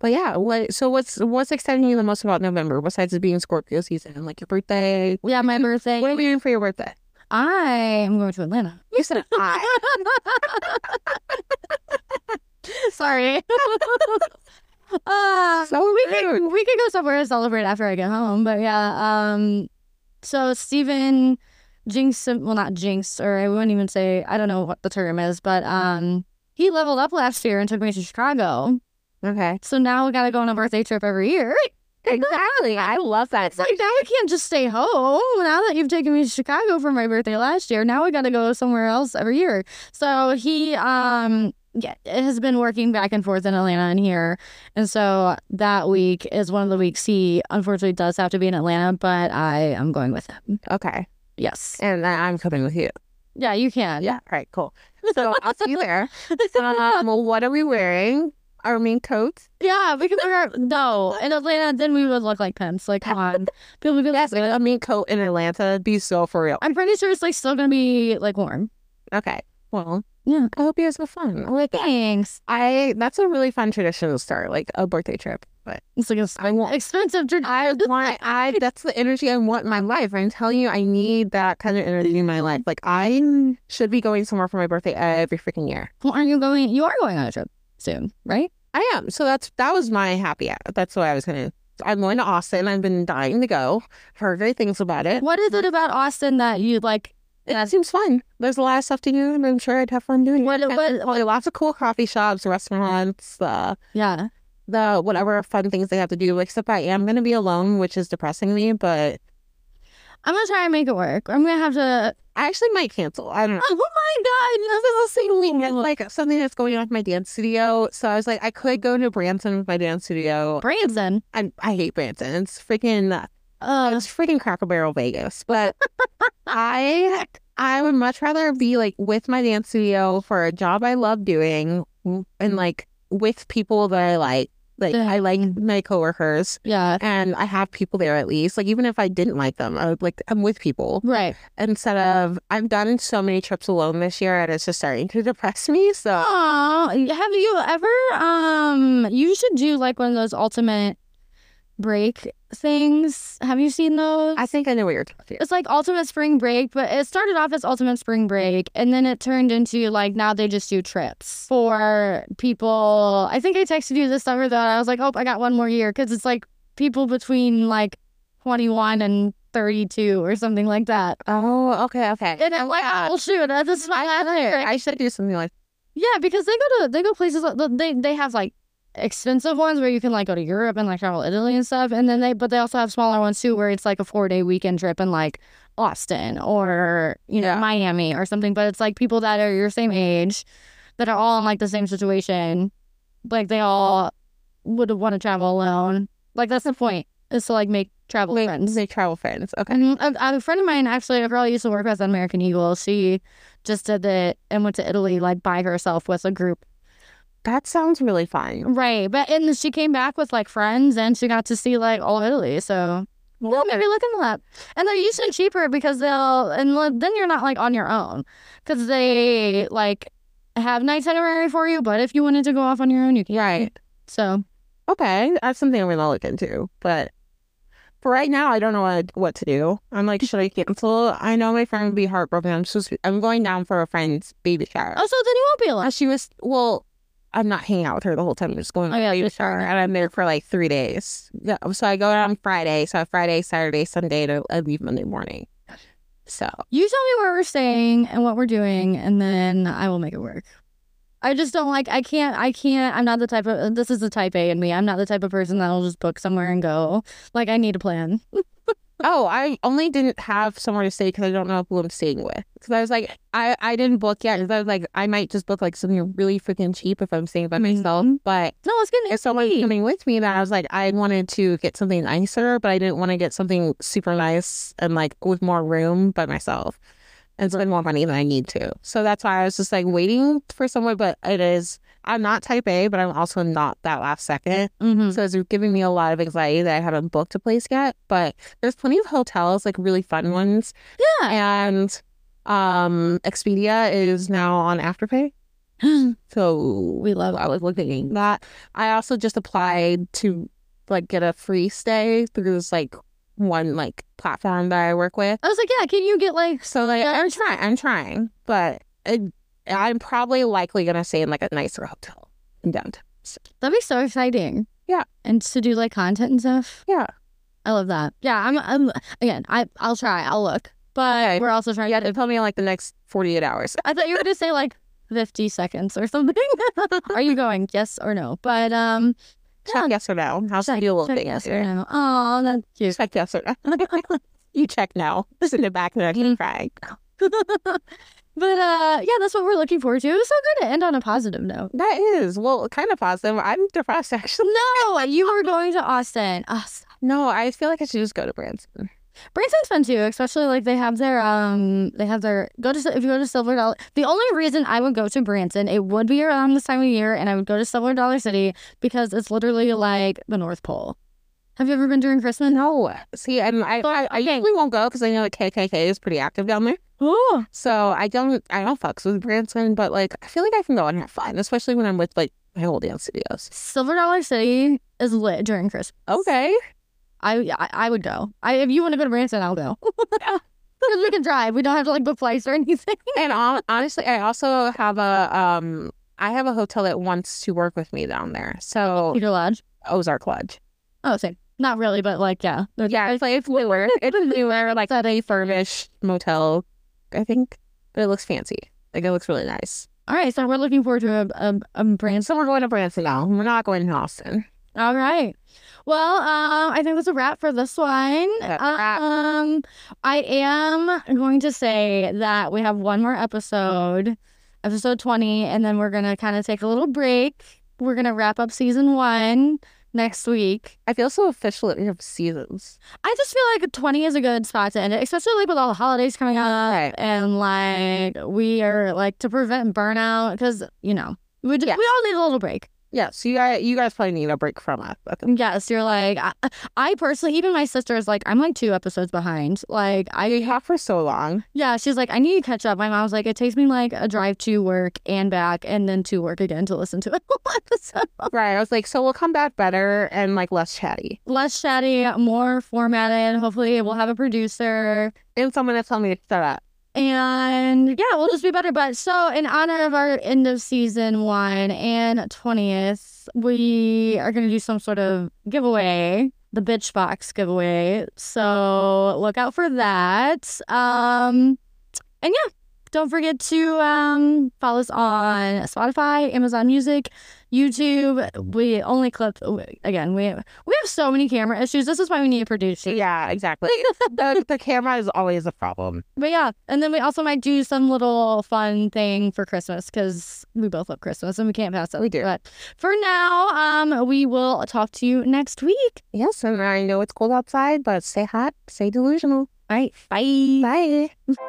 Speaker 2: But yeah, what? So what's what's exciting you the most about November besides it being Scorpio season and like your birthday?
Speaker 1: Yeah, my birthday.
Speaker 2: What are we doing for your birthday?
Speaker 1: I am going to Atlanta.
Speaker 2: You said I.
Speaker 1: Sorry. uh,
Speaker 2: So
Speaker 1: we could we could go somewhere to celebrate after I get home, but yeah. Um, so Stephen Jinx, well not Jinx, or I wouldn't even say I don't know what the term is, but um, he leveled up last year and took me to Chicago.
Speaker 2: okay.
Speaker 1: So now we gotta go on a birthday trip every year.
Speaker 2: Exactly. I love that.
Speaker 1: It's like now I can't just stay home. Now that you've taken me to Chicago for my birthday last year, now we got to go somewhere else every year. So he um yeah, has been working back and forth in Atlanta and here, and so that week is one of the weeks he unfortunately does have to be in Atlanta, but I am going with him.
Speaker 2: Okay.
Speaker 1: Yes,
Speaker 2: And I- I'm coming with you.
Speaker 1: yeah, you can.
Speaker 2: Yeah. All right. Cool. So I'll see you there. Um, well, what are we wearing? Our main coats.
Speaker 1: Uh, yeah, we can figure out. No, in Atlanta, then we would look like pimps. Like, come on, people would be like,
Speaker 2: Yes, a main coat in Atlanta. It'd Be so for real.
Speaker 1: I'm pretty sure it's like still gonna be like warm.
Speaker 2: Okay. Well,
Speaker 1: Yeah.
Speaker 2: I hope you guys have fun. I Like
Speaker 1: Thanks.
Speaker 2: I, that's a really fun tradition to start, like a birthday trip. But
Speaker 1: It's like a
Speaker 2: I want,
Speaker 1: expensive. Tra-
Speaker 2: I want, I. That's the energy I want in my life. I'm telling you, I need that kind of energy in my life. Like I should be going somewhere for my birthday every freaking year.
Speaker 1: Well, aren't you going? You are going on a trip soon, right?
Speaker 2: I am. So that's that was my happy. hour. That's what I was gonna. I'm going to Austin. I've been dying to go. Heard great things about it.
Speaker 1: What is it about Austin that you like?
Speaker 2: That seems fun. There's a lot of stuff to do, and I'm sure I'd have fun doing
Speaker 1: What-
Speaker 2: it.
Speaker 1: what-
Speaker 2: Probably lots of cool coffee shops, restaurants, uh,
Speaker 1: Yeah,
Speaker 2: the whatever fun things they have to do. Except I am going to be alone, which is depressing me, but
Speaker 1: I'm gonna try and make it work. I'm gonna have to.
Speaker 2: I actually might cancel. I don't know.
Speaker 1: Oh my
Speaker 2: This is the same week. It's like something that's going on with my dance studio. So I was like, I could go to Branson with my dance studio.
Speaker 1: god, Branson.
Speaker 2: I, I hate Branson. It's freaking
Speaker 1: Uh,
Speaker 2: It's freaking Cracker Barrel Vegas, but I I would much rather be like with my dance studio for a job I love doing and like with people that I like. Like
Speaker 1: Yeah.
Speaker 2: I like my coworkers
Speaker 1: yeah,
Speaker 2: and I have people there at least. Like even if I didn't like them, I would like I'm with people
Speaker 1: right.
Speaker 2: instead of I've done so many trips alone this year and it's just starting to depress me. So
Speaker 1: Oh, have you ever? Um, you should do like one of those ultimate break things. Have you seen those?
Speaker 2: I think I know what you're talking about.
Speaker 1: it's like ultimate spring break but it started off as ultimate spring break and then it turned into like now they just do trips for people i think i texted you this summer that i was like oh i got one more year because it's like people between like 21 and 32 or something like that
Speaker 2: Oh, okay, okay.
Speaker 1: and i'm like oh shoot uh, this is my last year
Speaker 2: I should do something like
Speaker 1: yeah because uh, they go to they go places like they, they have like expensive ones where you can like go to Europe and like travel Italy and stuff. And then they, but they also have smaller ones too where it's like a four day weekend trip in like Austin or, you know,
Speaker 2: Yeah.
Speaker 1: Miami or something. But it's like people that are your same age that are all in like the same situation. Like they all would want to travel alone. Like that's the point is to like make travel
Speaker 2: Like,
Speaker 1: friends.
Speaker 2: They travel friends. Okay.
Speaker 1: And a, a friend of mine, actually, a girl I used to work with at American Eagle, she just did it and went to Italy like by herself with a group.
Speaker 2: Mm-hmm. That sounds really fun.
Speaker 1: Right. But and she came back with like friends and she got to see like all of Italy. So well, maybe look into that. And they're usually cheaper because they'll, and le- then you're not like on your own because they like have an itinerary for you. But if you wanted to go off on your own, you can.
Speaker 2: Right.
Speaker 1: So
Speaker 2: Okay. That's something I'm going to look into. But for right now, I don't know what, what to do. I'm like, should I cancel? I know my friend would be heartbroken. I'm supposed to, I'm going down for a friend's baby shower.
Speaker 1: oh, so then you won't be alone.
Speaker 2: Uh, she was, well, I'm not hanging out with her the whole time. I'm just going
Speaker 1: Oh, yeah,
Speaker 2: baby
Speaker 1: you're
Speaker 2: shower.
Speaker 1: sorry.
Speaker 2: And I'm there for like three days. Yeah. So I go out on Friday. So I have Friday, Saturday, Sunday, and I- I leave Monday morning. So
Speaker 1: You tell me where we're staying and what we're doing, and then I will make it work. I just don't like. I can't. I can't. I'm not the type of. This is the type A in me. I'm not the type of person that'll just book somewhere and go. Like I need a plan.
Speaker 2: Oh, I only didn't have somewhere to stay because I don't know who I'm staying with. Because I was like, I, I didn't book yet. 'cause I was like, I might just book like something really freaking cheap if I'm staying by myself.
Speaker 1: Mm-hmm.
Speaker 2: But
Speaker 1: No, it's gonna.
Speaker 2: if someone's coming with me, then I was like, I wanted to get something nicer, but I didn't want to get something super nice and like with more room by myself and spend more money than I need to. So that's why I was just like waiting for someone. But it is, I'm not type A, but I'm also not that last second.
Speaker 1: Mhm.
Speaker 2: So it's giving me a lot of anxiety that I haven't booked a place yet. But there's plenty of hotels, like really fun ones. Yeah. And um Expedia is now on Afterpay. So
Speaker 1: We love.
Speaker 2: I was looking at that. I also just applied to like get a free stay through this like one like platform that I work with.
Speaker 1: I was like, yeah. Can you get like?
Speaker 2: So like I'm trying, I'm trying, but it, I'm probably likely gonna stay in like a nicer hotel in downtown.
Speaker 1: That'd be so exciting.
Speaker 2: Yeah.
Speaker 1: And to do like content and stuff.
Speaker 2: Yeah.
Speaker 1: I love that. Yeah. I'm. I'm. Again. I. I'll try. I'll look. But
Speaker 2: Okay.
Speaker 1: we're also trying.
Speaker 2: You
Speaker 1: Yeah.
Speaker 2: had to tell me in, like the next 48 hours.
Speaker 1: I thought you were gonna say like fifty seconds or something. Are you going? Yes or no? But um.
Speaker 2: Check yes or no. How's the
Speaker 1: Check-
Speaker 2: deal
Speaker 1: check
Speaker 2: with it?
Speaker 1: yes or no. Oh, that's cute.
Speaker 2: Check yes or no. you check no. This in the back and I
Speaker 1: Mm-hmm.
Speaker 2: keep crying.
Speaker 1: But uh, yeah, that's what we're looking forward to. It was so good to end on a positive note.
Speaker 2: That is well, kind of positive. I'm depressed actually.
Speaker 1: No, you were going to Austin. Us.
Speaker 2: No, I feel like I should just go to Branson.
Speaker 1: Branson's fun too, especially like they have their um, they have their go to if you go to Silver Dollar. The only reason I would go to Branson, it would be around this time of year, and I would go to Silver Dollar City because it's literally like the North Pole. Have you ever been during Christmas?
Speaker 2: No, see, and I
Speaker 1: So,
Speaker 2: I, I
Speaker 1: okay.
Speaker 2: usually won't go because I know the KKK is pretty active down there.
Speaker 1: Oh,
Speaker 2: So I don't I don't fucks with Branson, but like I feel like I can go and have fun, especially when I'm with like my whole dance studios.
Speaker 1: Silver Dollar City is lit during Christmas.
Speaker 2: Okay,
Speaker 1: I I, I would go. I if you want to go to Branson, I'll go. Because we can drive. We don't have to like book flights or anything.
Speaker 2: and hon- honestly, I also have a um I have a hotel that wants to work with me down there. So
Speaker 1: Peter Lodge.
Speaker 2: Ozark Lodge.
Speaker 1: Oh, same. Not really, but like yeah. There's-
Speaker 2: Yeah, it's like it's newer. It's newer, like that a furnished motel, I think. But it looks fancy. Like it looks really nice.
Speaker 1: All right, so we're looking forward to a a, a
Speaker 2: And
Speaker 1: Branson.
Speaker 2: so we're going to Branson now. We're not going to Austin.
Speaker 1: All right. Well, um, I think that's a wrap for this one.
Speaker 2: That's a wrap.
Speaker 1: Um, I am going to say that we have one more episode, episode twenty, and then we're gonna kind of take a little break. We're gonna wrap up season one next week.
Speaker 2: I feel so official that we have seasons.
Speaker 1: I just feel like 20 is a good spot to end it, especially like with all the holidays coming up
Speaker 2: Right.
Speaker 1: and like we are like to prevent burnout because you know we just,
Speaker 2: Yeah.
Speaker 1: we all need a little break.
Speaker 2: Yeah, so you guys, you guys probably need a break from us. I think.
Speaker 1: Yes, you're like I, I personally even my sister is like I'm like two episodes behind. Like
Speaker 2: We
Speaker 1: I
Speaker 2: have for so long.
Speaker 1: yeah she's like I need to catch up. My mom's like it takes me like a drive to work and back and then to work again to listen to it. So,
Speaker 2: Right. I was like, so we'll come back better and like less chatty.
Speaker 1: less chatty, more formatted. Hopefully we'll have a producer.
Speaker 2: And someone to tell me to shut up.
Speaker 1: And yeah, we'll just be better. But so, in honor of our end of season one and 20th, we are going to do some sort of giveaway, the bitch box giveaway. So, look out for that. Um, and yeah, don't forget to um, follow us on Spotify, Amazon Music, YouTube, we only clipped again. We we have so many camera issues. This is why we need a producer.
Speaker 2: Yeah, exactly. the, the camera is always a problem.
Speaker 1: But yeah, and then we also might do some little fun thing for Christmas because we both love Christmas and we can't pass up.
Speaker 2: We do.
Speaker 1: But for now, um, we will talk to you next week.
Speaker 2: Yes, and I know it's cold outside, but stay hot, stay delusional.
Speaker 1: All right, bye.
Speaker 2: Bye.